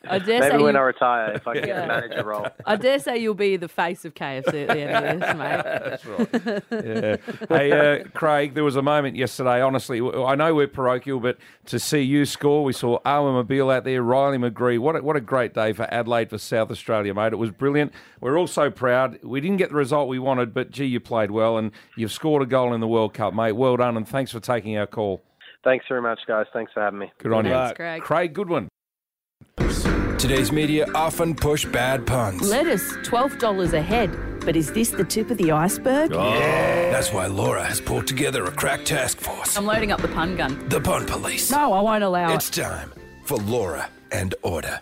[SPEAKER 4] I dare
[SPEAKER 20] Maybe
[SPEAKER 4] say
[SPEAKER 20] when
[SPEAKER 4] you-
[SPEAKER 20] I retire, if I get
[SPEAKER 4] Yeah.
[SPEAKER 20] a manager role.
[SPEAKER 4] I dare say you'll be the face of KFC at the end of this, mate. That's right.
[SPEAKER 3] Yeah. hey, uh, Craig, there was a moment yesterday, honestly, w- I know we're parochial, but to see you score, we saw Owen Mobile out there, Riley McGree. What a, what a great day for Adelaide, for South Australia, mate. It was brilliant. We're all so proud. We didn't get the result we wanted, but gee, you played well and you've scored a goal in the World Cup, mate. Well done, and thanks for taking our call.
[SPEAKER 20] Thanks very much, guys. Thanks for having me.
[SPEAKER 3] Good on
[SPEAKER 20] Thanks,
[SPEAKER 3] you.
[SPEAKER 4] Craig.
[SPEAKER 3] Goodwin.
[SPEAKER 2] Today's media often push bad puns.
[SPEAKER 21] Lettuce, $12 a head. But is this the tip of the iceberg?
[SPEAKER 3] Oh.
[SPEAKER 2] That's why Laura has pulled together a crack task force.
[SPEAKER 4] I'm loading up the pun gun.
[SPEAKER 2] The Pun Police.
[SPEAKER 4] No, I won't allow
[SPEAKER 2] It's
[SPEAKER 4] it.
[SPEAKER 2] time for Laura and Order.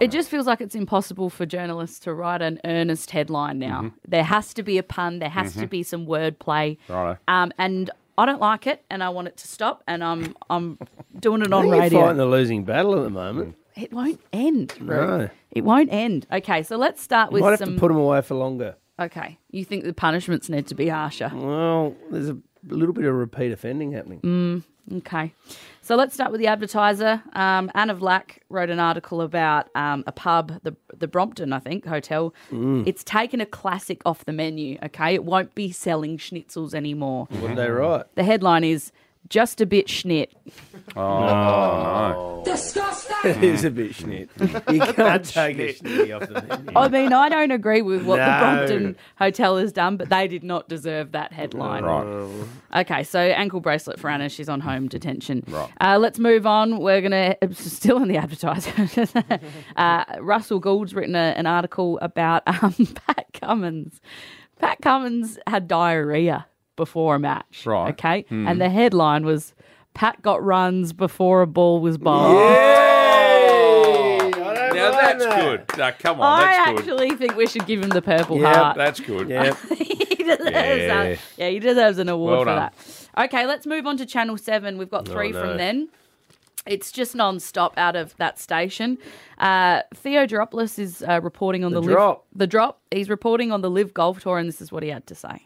[SPEAKER 4] It just feels like it's impossible for journalists to write an earnest headline now.
[SPEAKER 5] Mm-hmm.
[SPEAKER 22] Mhm.
[SPEAKER 4] There has to be a pun, there has to
[SPEAKER 22] Mhm.
[SPEAKER 4] be some wordplay.
[SPEAKER 22] Righto.
[SPEAKER 4] Um, and I don't like it and I want it to stop and I'm I'm doing it on
[SPEAKER 5] You're
[SPEAKER 4] radio.
[SPEAKER 5] fighting the losing battle at the moment.
[SPEAKER 4] It won't end. Roo.
[SPEAKER 5] No.
[SPEAKER 4] It won't end. Okay, so let's start
[SPEAKER 5] You
[SPEAKER 4] with
[SPEAKER 5] might have
[SPEAKER 4] some.
[SPEAKER 5] to put them away for longer.
[SPEAKER 4] okay, you think the punishments need to be harsher?
[SPEAKER 5] Well, there's a little bit of repeat offending happening.
[SPEAKER 4] Mm, okay. So let's start with the advertiser. Um, Anne of Lack wrote an article about um, a pub, the, the Brompton, I think, hotel.
[SPEAKER 5] Mm.
[SPEAKER 4] It's taken a classic off the menu, okay? It won't be selling schnitzels anymore.
[SPEAKER 5] What they write?
[SPEAKER 4] The headline is Just a Bit Schnit.
[SPEAKER 3] Oh,
[SPEAKER 5] no.
[SPEAKER 4] Disgusting!
[SPEAKER 5] It is a bit schnit. You can't take a schnitty off the menu.
[SPEAKER 4] I mean, I don't agree with what
[SPEAKER 5] No.
[SPEAKER 4] the Brompton Hotel has done, but they did not deserve that headline.
[SPEAKER 5] Right.
[SPEAKER 4] Okay, so ankle bracelet for Anna. She's on home detention.
[SPEAKER 22] Right.
[SPEAKER 4] Uh, let's move on. We're going to, still in the advertiser. uh, Russell Gould's written a, an article about um, Pat Cummins. Pat Cummins had diarrhea before a match.
[SPEAKER 22] Right.
[SPEAKER 4] Okay.
[SPEAKER 22] Hmm.
[SPEAKER 4] And the headline was Pat got runs before a ball was bowled.
[SPEAKER 3] Now that's good. Now, come on,
[SPEAKER 4] I
[SPEAKER 3] that's good.
[SPEAKER 4] actually think we should give him the purple
[SPEAKER 3] Yep,
[SPEAKER 4] heart.
[SPEAKER 3] that's good.
[SPEAKER 5] Yep.
[SPEAKER 4] he deserves
[SPEAKER 3] Yeah.
[SPEAKER 4] that. Yeah, he deserves an award
[SPEAKER 3] Well
[SPEAKER 4] for
[SPEAKER 3] done.
[SPEAKER 4] that. Okay, let's move on to Channel 7. We've got
[SPEAKER 22] Oh,
[SPEAKER 4] three
[SPEAKER 22] no.
[SPEAKER 4] from then. It's just non-stop out of that station. Uh, Theo Dropoulos is uh, reporting on
[SPEAKER 22] The
[SPEAKER 4] the,
[SPEAKER 22] drop.
[SPEAKER 4] Live, the drop. He's reporting on the Live Golf Tour, and this is what he had to say.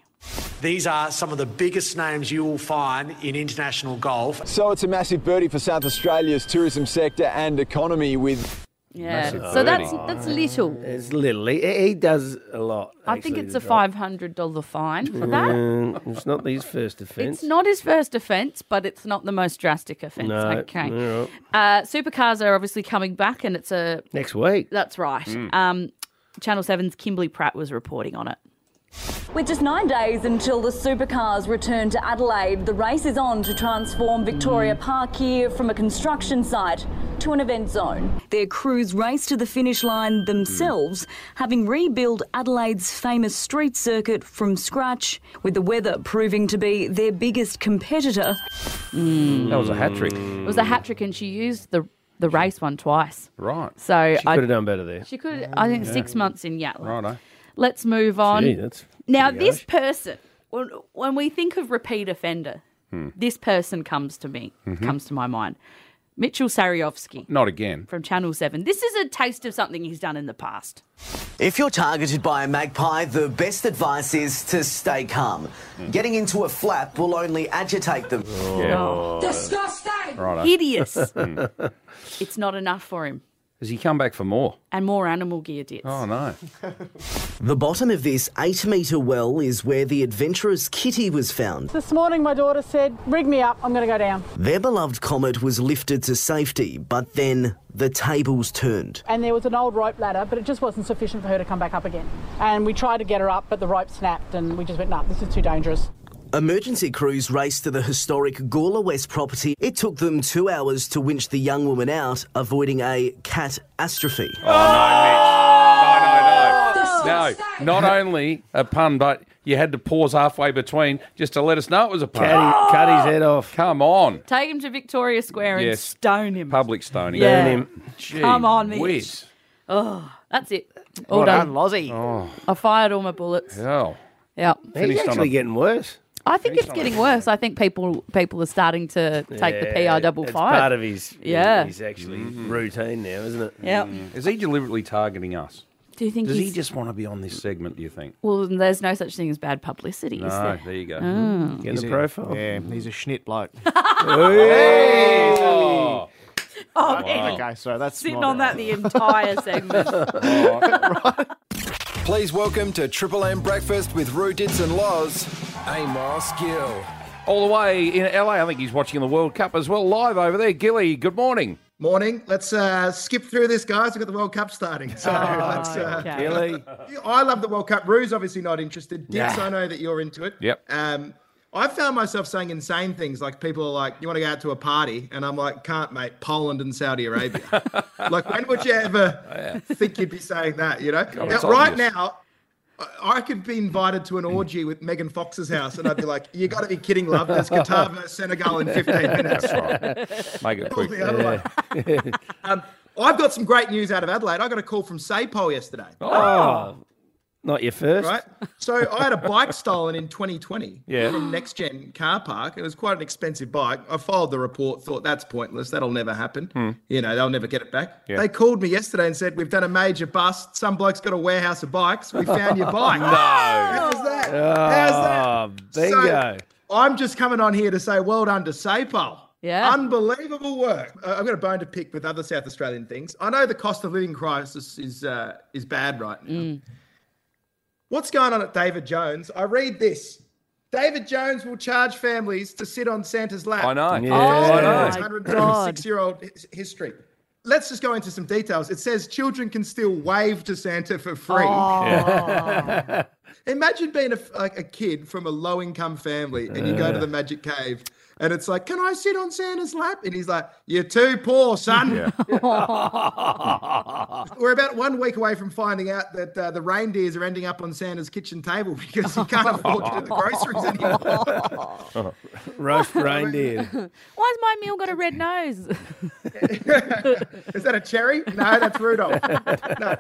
[SPEAKER 1] These are some of the biggest names you will find in international golf.
[SPEAKER 10] So it's a massive birdie for South Australia's tourism sector and economy with.
[SPEAKER 4] Yeah. So that's that's little.
[SPEAKER 5] It's little. He, he does a lot.
[SPEAKER 4] I think
[SPEAKER 5] actually,
[SPEAKER 4] it's
[SPEAKER 5] to
[SPEAKER 4] a
[SPEAKER 5] drop.
[SPEAKER 4] five hundred dollar fine for that.
[SPEAKER 5] Mm, it's not his first offence.
[SPEAKER 4] It's not his first offence, but it's not the most drastic offence.
[SPEAKER 5] No,
[SPEAKER 4] okay.
[SPEAKER 5] all right.
[SPEAKER 4] Uh, supercars are obviously coming back, and it's a
[SPEAKER 5] Next week.
[SPEAKER 4] That's right.
[SPEAKER 5] Mm.
[SPEAKER 4] Um, Channel 7's Kimberly Pratt was reporting on it.
[SPEAKER 22] With just nine days until the supercars return to Adelaide, the race is on to transform Victoria Park here from a construction site to an event zone. Their crews race to the finish line themselves, having rebuilt Adelaide's famous street circuit from scratch, with the weather proving to be their biggest competitor.
[SPEAKER 3] That was a hat trick.
[SPEAKER 4] It
[SPEAKER 5] Mm.
[SPEAKER 4] was a hat trick, and she used the the race one twice.
[SPEAKER 3] Right.
[SPEAKER 4] So
[SPEAKER 5] She
[SPEAKER 4] I-
[SPEAKER 5] could have done better there.
[SPEAKER 4] She could, I think,
[SPEAKER 5] Yeah.
[SPEAKER 4] six months in Yatla.
[SPEAKER 5] Righto.
[SPEAKER 4] Let's move on.
[SPEAKER 5] Gee, that's
[SPEAKER 4] now,
[SPEAKER 5] pretty
[SPEAKER 4] this
[SPEAKER 5] harsh.
[SPEAKER 4] person, when, when we think of repeat offender,
[SPEAKER 3] Hmm.
[SPEAKER 4] this person comes to me,
[SPEAKER 3] Mhm.
[SPEAKER 5] Mm-hmm.
[SPEAKER 4] comes to my mind. Mitchell Sariovsky
[SPEAKER 3] Not again.
[SPEAKER 4] from Channel 7. This is a taste of something he's done in the past.
[SPEAKER 23] If you're targeted by a magpie, the best advice is to stay calm. Getting into a flap will only agitate them.
[SPEAKER 3] Oh.
[SPEAKER 4] Disgusting! Hideous.
[SPEAKER 5] Hmm.
[SPEAKER 4] it's not enough for him.
[SPEAKER 3] Has he come back for more?
[SPEAKER 4] And more animal gear dits. Oh,
[SPEAKER 3] no.
[SPEAKER 23] The bottom of this eight metre well is where the adventurous kitty was found.
[SPEAKER 24] This morning, my daughter said, Rig me up, I'm going to go down.
[SPEAKER 23] Their beloved comet was lifted to safety, but then the tables turned.
[SPEAKER 24] And there was an old rope ladder, but it just wasn't sufficient for her to come back up again. And we tried to get her up, but the rope snapped, and we just went, no, this is too dangerous.
[SPEAKER 23] Emergency crews raced to the historic Gawler West property. It took them two hours to winch the young woman out, avoiding a catastrophe.
[SPEAKER 5] Oh,
[SPEAKER 3] No, not only a pun, but you had to pause halfway between just to let us know it was a pun. Ah!
[SPEAKER 5] Cut, he- cut his head off.
[SPEAKER 3] Come on.
[SPEAKER 4] Take him to Victoria Square and
[SPEAKER 3] Yes.
[SPEAKER 4] stone him.
[SPEAKER 3] Public stoning.
[SPEAKER 4] Yeah. Burn him.
[SPEAKER 3] Gee
[SPEAKER 4] Come on, Mitch.
[SPEAKER 3] whiz.
[SPEAKER 4] Oh, that's it. All done.
[SPEAKER 5] Lozzie.
[SPEAKER 3] Oh,
[SPEAKER 4] I fired all my bullets.
[SPEAKER 3] hell.
[SPEAKER 4] Yeah.
[SPEAKER 5] He's actually getting worse.
[SPEAKER 4] I think
[SPEAKER 5] He's
[SPEAKER 4] it's
[SPEAKER 5] on
[SPEAKER 4] getting
[SPEAKER 5] a-
[SPEAKER 4] worse. I think people people are starting to take the
[SPEAKER 5] Yeah,
[SPEAKER 4] PI double
[SPEAKER 5] it's
[SPEAKER 4] five.
[SPEAKER 5] part of his,
[SPEAKER 4] Yeah.
[SPEAKER 5] his actually routine now, isn't it?
[SPEAKER 4] Yep.
[SPEAKER 3] Is he deliberately targeting us?
[SPEAKER 4] Do you think
[SPEAKER 3] Does he
[SPEAKER 4] he's-
[SPEAKER 3] just want to be on this segment, do you think?
[SPEAKER 4] Well, there's no such thing as bad publicity, is
[SPEAKER 3] No,
[SPEAKER 4] there?
[SPEAKER 3] there you go.
[SPEAKER 4] Oh.
[SPEAKER 3] Get in the
[SPEAKER 12] He's a-
[SPEAKER 3] profile.
[SPEAKER 12] Yeah, he's a schnit bloke.
[SPEAKER 3] Hey!
[SPEAKER 12] Oh.
[SPEAKER 4] Oh,
[SPEAKER 12] Wow.
[SPEAKER 4] Ed,
[SPEAKER 12] Okay, so that's
[SPEAKER 4] sitting
[SPEAKER 12] not
[SPEAKER 4] on that the entire segment.
[SPEAKER 2] Please welcome to Triple M Breakfast with Roo Dits and Loz, Amos Gill.
[SPEAKER 3] All the way in LA, I think he's watching the World Cup as well, live over there. Gilly, good morning.
[SPEAKER 25] Morning. Let's uh, skip through this, guys. We've got the World Cup starting. So let's. Uh,
[SPEAKER 3] okay. Really?
[SPEAKER 25] I love the World Cup. Rue's obviously not interested. Dix,
[SPEAKER 3] Nah.
[SPEAKER 25] I know that you're into it.
[SPEAKER 3] Yep.
[SPEAKER 25] Um, I found myself saying insane things like people are like, "You want to go out to a party?" and I'm like, "Can't, mate. Poland and Saudi Arabia." like, when would you ever think you'd be saying that? You know.
[SPEAKER 26] God,
[SPEAKER 25] Now,
[SPEAKER 26] it's
[SPEAKER 25] right
[SPEAKER 26] obvious.
[SPEAKER 25] now, I- I could be invited to an orgy with Megan Fox's house, and I'd be like, "You got to be kidding, love. There's Qatar versus Senegal in 15 minutes."
[SPEAKER 3] That's right. Make it quick.
[SPEAKER 25] the other way. um, I've got some great news out of Adelaide. I got a call from SAPOL yesterday.
[SPEAKER 5] Oh, not your first.
[SPEAKER 25] Right? So uh, I had a bike stolen in 2020
[SPEAKER 5] Yeah.
[SPEAKER 25] from Next Gen Car Park. It was quite an expensive bike. I filed the report, thought that's pointless. That'll never happen. You know, they'll never get it back.
[SPEAKER 5] Hmm. Yeah.
[SPEAKER 25] They called me yesterday and said, We've done a major bust. Some bloke's got a warehouse of bikes. We found your bike.
[SPEAKER 5] No.
[SPEAKER 25] How's that?
[SPEAKER 5] Oh,
[SPEAKER 25] How's that?
[SPEAKER 5] bingo.
[SPEAKER 25] So I'm just coming on here to say, Well done to SAPOL.
[SPEAKER 4] Yeah.
[SPEAKER 25] Unbelievable work. Uh, I've got a bone to pick with other South Australian things. I know the cost of living crisis is uh, is bad right now.
[SPEAKER 24] Mm.
[SPEAKER 25] What's going on at David Jones? I read this. David Jones will charge families to sit on Santa's lap.
[SPEAKER 3] I know. Yeah.
[SPEAKER 25] Oh,
[SPEAKER 3] I know.
[SPEAKER 25] It's
[SPEAKER 3] my
[SPEAKER 4] Oh,
[SPEAKER 25] 126 year old his- history. Let's just go into some details. It says children can still wave to Santa for free. Imagine being a, f- like a kid from a low income family and you go to
[SPEAKER 5] Yeah.
[SPEAKER 25] the magic cave and it's like, can I sit on Santa's lap? And he's like, you're too poor, son. We're about one week away from finding out that uh, the reindeers are ending up on Santa's kitchen table because he can't afford to do the groceries anymore.
[SPEAKER 5] Roast reindeer.
[SPEAKER 4] Why's my meal got a red nose?
[SPEAKER 25] Is that a cherry? No, that's Rudolph. No.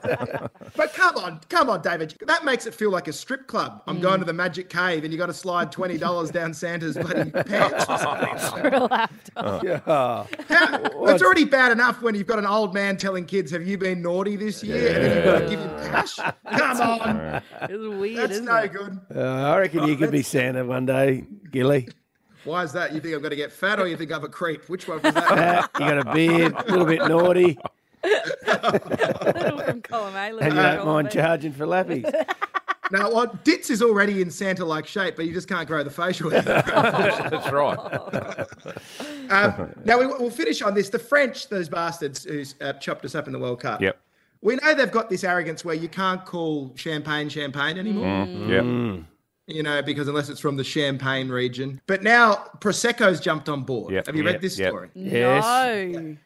[SPEAKER 25] But come on, come on, David. That makes it feel like a strip club. I'm going to the Magic Cave and you got to slide $20 down Santa's bloody pants.
[SPEAKER 4] Krill lapdog.
[SPEAKER 5] Yeah.
[SPEAKER 25] It's already bad enough when you've got an old man telling kids, "Have you been naughty this year?" And then you've got to give him cash. Come on,
[SPEAKER 4] it's weird.
[SPEAKER 25] That's no good.
[SPEAKER 5] Uh, I reckon you could be Santa one day, Gilly.
[SPEAKER 25] Why is that? You think I'm going to get fat, or you think I'm a creep? Which one was
[SPEAKER 5] Fat,
[SPEAKER 25] that?
[SPEAKER 5] you got a beard, a little bit naughty,
[SPEAKER 4] Little from column A, little
[SPEAKER 5] and you
[SPEAKER 4] from
[SPEAKER 5] don't
[SPEAKER 4] column
[SPEAKER 5] mind
[SPEAKER 4] B.
[SPEAKER 5] charging for lappies.
[SPEAKER 25] Now, well, Ditz is already in Santa-like shape, but you just can't grow the facial hair.
[SPEAKER 3] That's right.
[SPEAKER 25] um, now we, we'll finish on this. The French, those bastards who uh, chopped us up in the World Cup.
[SPEAKER 3] Yep.
[SPEAKER 25] We know they've got this arrogance where you can't call champagne champagne anymore.
[SPEAKER 3] Mm, yep.
[SPEAKER 25] You know, because unless it's from the Champagne region. But now Prosecco's jumped on board.
[SPEAKER 3] Yep,
[SPEAKER 25] Have you
[SPEAKER 3] yep,
[SPEAKER 25] read this
[SPEAKER 3] yep.
[SPEAKER 25] story?
[SPEAKER 3] Yes.
[SPEAKER 4] No.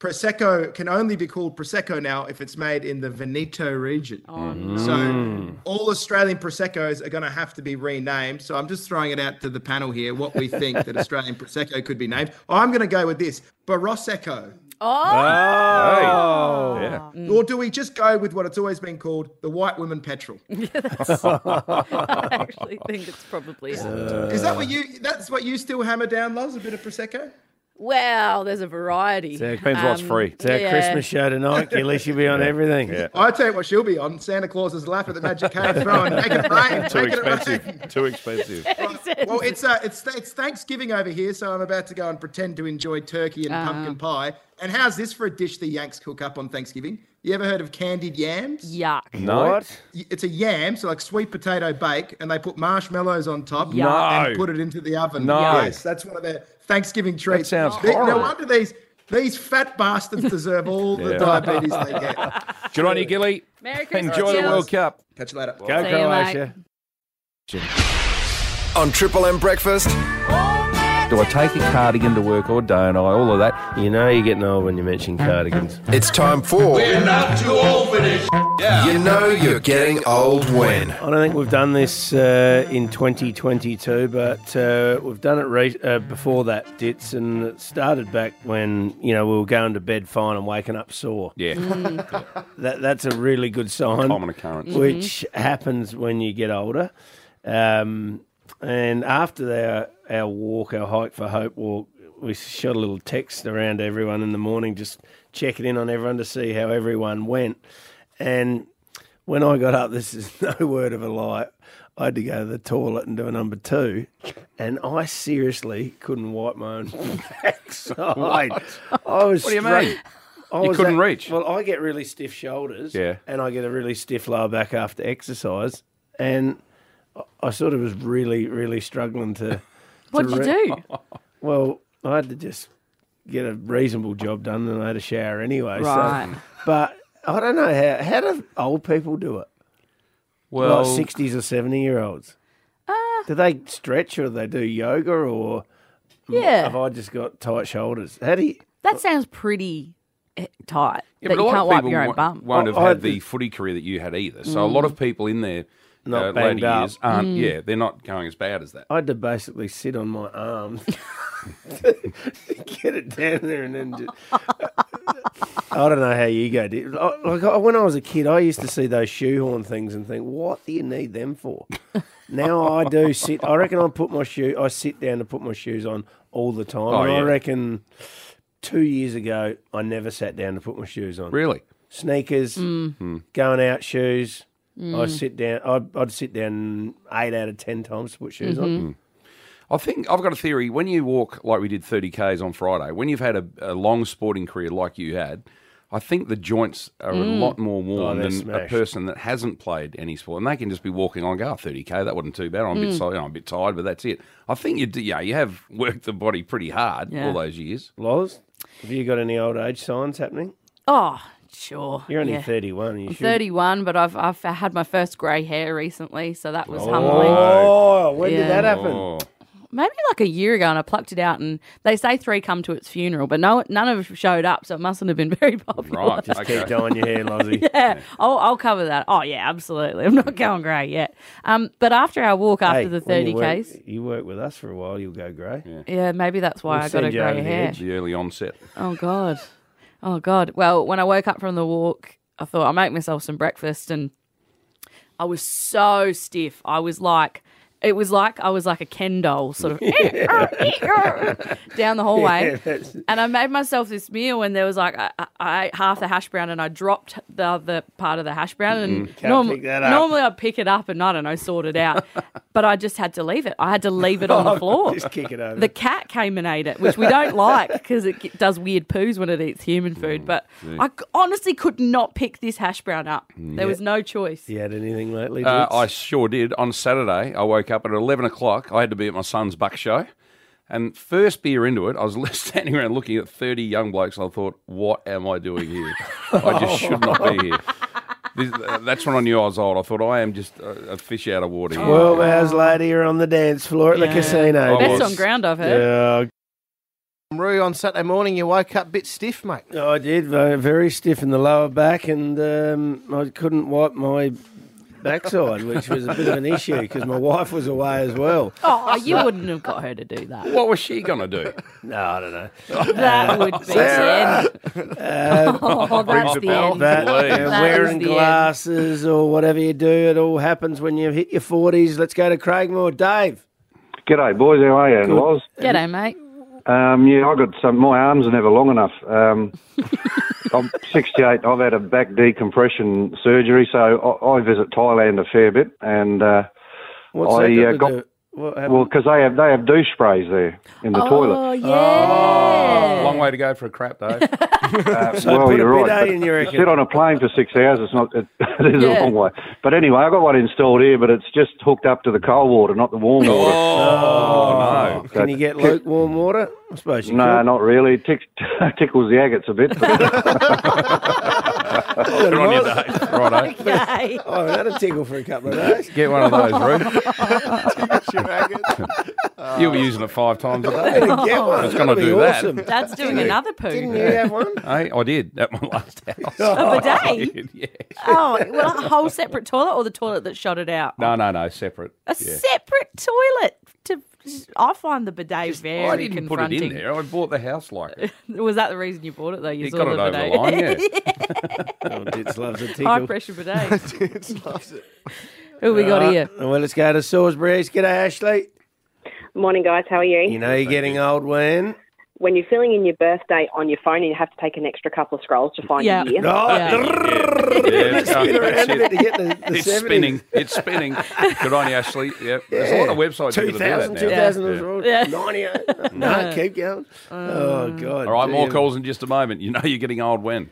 [SPEAKER 25] Prosecco can only be called Prosecco now if it's made in the Veneto region.
[SPEAKER 3] Mm-hmm.
[SPEAKER 25] So all Australian Proseccos are going to have to be renamed. So I'm just throwing it out to the panel here what we think that Australian Prosecco could be named. I'm going to go with this Barosecco.
[SPEAKER 4] Oh.
[SPEAKER 3] Yeah.
[SPEAKER 25] Or do we just go with what it's always been called, the white woman petrol?
[SPEAKER 4] I actually think it's probably.
[SPEAKER 25] Is that what you? That's what you still hammer down, Loz? A bit of prosecco?
[SPEAKER 4] Well, there's a variety. Um,
[SPEAKER 5] It's
[SPEAKER 3] Depends what's free.
[SPEAKER 5] It's our
[SPEAKER 4] yeah.
[SPEAKER 5] Christmas show tonight, Gilly. She'll be on everything.
[SPEAKER 25] I tell you what, she'll be on Santa Claus's lap at the Magic Cave, throwing naked rain.
[SPEAKER 3] Too
[SPEAKER 25] making it rain.
[SPEAKER 3] expensive. Too expensive.
[SPEAKER 25] Well, it's uh, it's it's Thanksgiving over here, so I'm about to go and pretend to enjoy turkey and pumpkin pie. And how's this for a dish the Yanks cook up on Thanksgiving? You ever heard of candied yams?
[SPEAKER 4] Yuck.
[SPEAKER 3] No.
[SPEAKER 5] What?
[SPEAKER 25] Y- It's a yam, so like sweet potato bake, and they put marshmallows on top
[SPEAKER 3] No.
[SPEAKER 25] and put it into the oven.
[SPEAKER 3] No.
[SPEAKER 25] Yes, that's one of their Thanksgiving treats.
[SPEAKER 3] sounds
[SPEAKER 25] They- No
[SPEAKER 3] horrible.
[SPEAKER 25] wonder these these fat bastards deserve all the
[SPEAKER 3] Yeah.
[SPEAKER 25] diabetes they get.
[SPEAKER 3] Good on you, Gilly.
[SPEAKER 4] Merry Christmas,
[SPEAKER 3] Enjoy the
[SPEAKER 4] Gills.
[SPEAKER 3] World Cup.
[SPEAKER 25] Catch you later.
[SPEAKER 5] Go
[SPEAKER 4] See you,
[SPEAKER 5] Croatia.
[SPEAKER 2] On Triple M Breakfast.
[SPEAKER 3] Do I take a cardigan to work or don't I? All of that.
[SPEAKER 5] You know you're getting old when you mention cardigans.
[SPEAKER 2] It's time for. We're not too old for this. You know you're getting old when.
[SPEAKER 5] I don't think we've done this uh, in 2022, but uh, we've done it re- uh, before that, Dits, and it started back when you know we were going to bed fine and waking up sore.
[SPEAKER 3] Yeah.
[SPEAKER 5] that that's a really good sign.
[SPEAKER 3] Common occurrence. Mhm.
[SPEAKER 5] which happens when you get older. Um, and after our our walk, our hike for hope walk, we shot a little text around everyone in the morning, just checking in on everyone to see how everyone went. And when I got up, this is no word of a lie. I had to go to the toilet and do a number two, and I seriously couldn't wipe my own backside. I was
[SPEAKER 3] What do you
[SPEAKER 5] stra-
[SPEAKER 3] mean?
[SPEAKER 5] I
[SPEAKER 3] You
[SPEAKER 5] was
[SPEAKER 3] couldn't
[SPEAKER 5] that-
[SPEAKER 3] reach?
[SPEAKER 5] Well, I get really stiff shoulders,
[SPEAKER 3] Yeah.
[SPEAKER 5] and I get a really stiff lower back after exercise, and I- I sort of was really, really struggling to.
[SPEAKER 4] What'd
[SPEAKER 5] to
[SPEAKER 4] you
[SPEAKER 5] re-
[SPEAKER 4] do?
[SPEAKER 5] Well, I had to just get a reasonable job done, and I had a shower anyway.
[SPEAKER 4] Right.
[SPEAKER 5] So, but I don't know how how do old people do it?
[SPEAKER 3] Well,
[SPEAKER 5] like sixties or seventy year olds.
[SPEAKER 4] Uh,
[SPEAKER 5] do they stretch or do they do yoga or?
[SPEAKER 4] Yeah.
[SPEAKER 5] Have I just got tight shoulders? How do you?
[SPEAKER 4] That sounds pretty eh, tight.
[SPEAKER 3] Yeah,
[SPEAKER 4] that
[SPEAKER 3] but a
[SPEAKER 4] you
[SPEAKER 3] lot
[SPEAKER 4] can't
[SPEAKER 3] of
[SPEAKER 4] wipe
[SPEAKER 3] people
[SPEAKER 4] your own
[SPEAKER 3] wo-
[SPEAKER 4] bum.
[SPEAKER 3] Won't have
[SPEAKER 5] I- I
[SPEAKER 3] had the
[SPEAKER 5] did-
[SPEAKER 3] footy career that you had either. So a lot of people in their
[SPEAKER 5] Not
[SPEAKER 3] uh,
[SPEAKER 5] banged
[SPEAKER 3] later
[SPEAKER 5] up.
[SPEAKER 3] years aren't. Yeah, they're not going as bad as that.
[SPEAKER 5] I had to basically sit on my arms, get it down there, and then just. I don't know how you go. Did, like I- when I was a kid, I used to see those shoehorn things and think, "What do you need them for?" now I do sit. I reckon I put my shoe. I sit down to put my shoes on all the time.
[SPEAKER 3] Oh,
[SPEAKER 5] and I
[SPEAKER 3] yeah.
[SPEAKER 5] reckon two years ago, I never sat down to put my shoes on.
[SPEAKER 3] Really?
[SPEAKER 5] Sneakers, going out shoes. I sit down. I'd, I'd sit down eight out of ten times to put shoes on.
[SPEAKER 3] I think I've got a theory. When you walk like we did 30 Ks on Friday, when you've had a, a long sporting career like you had, I think the joints are a lot more worn
[SPEAKER 5] Oh, they're
[SPEAKER 3] than
[SPEAKER 5] smashed.
[SPEAKER 3] a person that hasn't played any sport, and they can just be walking on. Go "Oh, 30K, that wasn't too bad. I'm a
[SPEAKER 4] Mm.
[SPEAKER 3] bit, so- you know, I'm a bit tired, but that's it. I think you, do, yeah, you have worked the body pretty hard
[SPEAKER 4] Yeah.
[SPEAKER 3] all those years.
[SPEAKER 5] Loz, have you got any old age signs happening?
[SPEAKER 4] Oh, sure.
[SPEAKER 5] You're only
[SPEAKER 4] yeah.
[SPEAKER 5] 31. You
[SPEAKER 4] I'm
[SPEAKER 5] should.
[SPEAKER 4] 31, but I've I've had my first grey hair recently, so that was humbling.
[SPEAKER 5] Oh, when
[SPEAKER 4] Yeah.
[SPEAKER 5] did that happen?
[SPEAKER 3] Oh.
[SPEAKER 4] Maybe like a year ago, and I plucked it out, and they say three come to its funeral, but no, none of them showed up, so it mustn't have been very popular.
[SPEAKER 3] Right.
[SPEAKER 5] Just
[SPEAKER 3] okay.
[SPEAKER 5] keep dyeing your hair, Lozzie.
[SPEAKER 4] Yeah, I'll, I'll cover that. Oh yeah, absolutely. I'm not going grey yet. Um, but after our walk after
[SPEAKER 5] Hey,
[SPEAKER 4] the
[SPEAKER 5] when
[SPEAKER 4] 30
[SPEAKER 5] you work-
[SPEAKER 4] k's,
[SPEAKER 5] You work with us for a while, you'll go grey.
[SPEAKER 4] yeah, maybe that's why
[SPEAKER 5] We'll
[SPEAKER 4] I got a
[SPEAKER 5] send you over
[SPEAKER 4] grey
[SPEAKER 5] the
[SPEAKER 4] hair.
[SPEAKER 5] edge.
[SPEAKER 3] The early onset.
[SPEAKER 4] Oh God. Oh God. Well, when I woke up from the walk, I thought I'll make myself some breakfast and I was so stiff. I was like It was like I was like a Ken doll, sort of down the hallway. and I made myself this meal, and there was like I, I- I ate half the hash brown, and I dropped the other part of the hash brown. And
[SPEAKER 5] Mm, can't pick that up.
[SPEAKER 4] normally I pick it up and I don't know sort it out, but I just had to leave it. I had to leave it on the floor.
[SPEAKER 5] Oh, Just kick it over.
[SPEAKER 4] The cat came and ate it, which we don't like because it g- does weird poos when it eats human
[SPEAKER 5] Mm,
[SPEAKER 4] food. But
[SPEAKER 5] gee.
[SPEAKER 4] I c- honestly could not pick this hash brown up.
[SPEAKER 5] Mm.
[SPEAKER 4] There was
[SPEAKER 5] Yeah.
[SPEAKER 4] no choice.
[SPEAKER 5] You had anything lately?
[SPEAKER 3] Uh,
[SPEAKER 5] Dukes?
[SPEAKER 3] I sure did. On Saturday, I woke up at 11 o'clock. I had to be at my son's buck show. And first beer into it, I was standing around looking at 30 young blokes. And I thought, what am I doing here? I just should not be here. This, uh, that's when I knew I was old. I thought, I am just a, a fish out of water
[SPEAKER 4] Oh.
[SPEAKER 3] here.
[SPEAKER 5] Twelve hours later, you're on the dance floor at
[SPEAKER 3] Yeah.
[SPEAKER 5] the casino.
[SPEAKER 3] Best
[SPEAKER 5] Dukes.
[SPEAKER 3] on ground I've
[SPEAKER 12] heard.
[SPEAKER 5] Yeah,
[SPEAKER 12] Rue, on Saturday morning, you woke up a bit stiff, mate.
[SPEAKER 5] No, I did. Very, very stiff in the lower back, and um, I couldn't wipe my backside, which was a bit of an issue because my wife was away as well.
[SPEAKER 4] Oh, you wouldn't have got her to do that.
[SPEAKER 3] What was she going to do?
[SPEAKER 5] no, I don't know.
[SPEAKER 4] That would be
[SPEAKER 5] Sarah!
[SPEAKER 4] the end.
[SPEAKER 5] Uh,
[SPEAKER 4] oh, that's the end.
[SPEAKER 5] That, uh,
[SPEAKER 4] That is
[SPEAKER 5] wearing
[SPEAKER 4] the end.
[SPEAKER 5] glasses or whatever you do, it all happens when you hit your forties. Let's go to Craigmore, Dave.
[SPEAKER 6] G'day, boys. How are you, and
[SPEAKER 5] Good.
[SPEAKER 6] Loz?
[SPEAKER 4] G'day, mate.
[SPEAKER 6] Um, yeah, I got some. My arms are never long enough. Um, I'm 68. I've had a back decompression surgery, so I, I visit Thailand a fair bit, and uh,
[SPEAKER 5] What's
[SPEAKER 6] I
[SPEAKER 5] that got
[SPEAKER 6] uh,
[SPEAKER 5] to
[SPEAKER 6] got
[SPEAKER 5] do? What happened?
[SPEAKER 6] well because they have they have douche sprays there in the toilet.
[SPEAKER 3] Oh, long way to go for a crap, Dave.
[SPEAKER 5] So
[SPEAKER 6] well,
[SPEAKER 5] put a
[SPEAKER 6] you're right.
[SPEAKER 5] bidet
[SPEAKER 6] but
[SPEAKER 5] in, you
[SPEAKER 6] to
[SPEAKER 5] reckon?
[SPEAKER 6] sit on a plane for six hours, it's not. It, it is
[SPEAKER 5] Yeah.
[SPEAKER 6] a long way. But anyway, I got one installed here, but it's just hooked up to the cold water, not the warm water.
[SPEAKER 5] Oh,
[SPEAKER 6] no!
[SPEAKER 5] Can you get lukewarm water? I suppose you
[SPEAKER 6] No,
[SPEAKER 5] could.
[SPEAKER 6] Uh, not really. It tick, tickles the agates a bit.
[SPEAKER 5] Good
[SPEAKER 6] on you,
[SPEAKER 5] right.
[SPEAKER 6] Dave. Righto.
[SPEAKER 5] Okay. I haven't had a tickle for a couple of days.
[SPEAKER 3] Get one of those, You'll be using it five times a day.
[SPEAKER 5] I'm gonna get one.
[SPEAKER 3] It's going to
[SPEAKER 5] That'll be
[SPEAKER 3] do
[SPEAKER 5] awesome.
[SPEAKER 3] that.
[SPEAKER 4] Dad's doing another poo.
[SPEAKER 5] Didn't you have one?
[SPEAKER 3] Hey, I did at Oh. my last house.
[SPEAKER 4] A bidet?
[SPEAKER 3] I did, yeah.
[SPEAKER 4] Oh, well, a whole separate toilet or the toilet that shot it out?
[SPEAKER 3] No, no, no, separate.
[SPEAKER 4] A
[SPEAKER 3] yeah.
[SPEAKER 4] separate toilet. To I find the bidet very
[SPEAKER 3] oh, I didn't put it
[SPEAKER 4] confronting.
[SPEAKER 3] in there. I bought the house like it.
[SPEAKER 4] Was that the reason you bought it though? You
[SPEAKER 3] It
[SPEAKER 4] saw
[SPEAKER 3] got it
[SPEAKER 4] the
[SPEAKER 3] over
[SPEAKER 4] bidet.
[SPEAKER 3] the line, yeah.
[SPEAKER 5] Oh, Dits loves a tickle.
[SPEAKER 4] High pressure bidet.
[SPEAKER 5] loves it. Uh,
[SPEAKER 4] Who we
[SPEAKER 3] Uh,
[SPEAKER 4] got here?
[SPEAKER 5] Well, let's go to Salisbury's. G'day, Ashley.
[SPEAKER 7] Morning, guys. How are you?
[SPEAKER 5] You know you're getting old when?
[SPEAKER 7] When you're filling in your birthday on your phone, and you have to take an extra couple of scrolls to find
[SPEAKER 5] Yeah.
[SPEAKER 7] your year.
[SPEAKER 5] No,
[SPEAKER 3] it's going-
[SPEAKER 5] Spin around
[SPEAKER 3] that's
[SPEAKER 5] a bit to get the- the
[SPEAKER 3] it's
[SPEAKER 5] 70s.
[SPEAKER 3] spinning. It's spinning. Good on you, Ashley. Yep. There's a lot of websites you can do that
[SPEAKER 5] 2000,
[SPEAKER 3] now.
[SPEAKER 5] 2000
[SPEAKER 3] Yeah.
[SPEAKER 5] was all-
[SPEAKER 4] Yeah.
[SPEAKER 5] 98. No, keep going. oh, God.
[SPEAKER 3] All right, more
[SPEAKER 5] damn.
[SPEAKER 3] calls in just a moment. You know you're getting old when.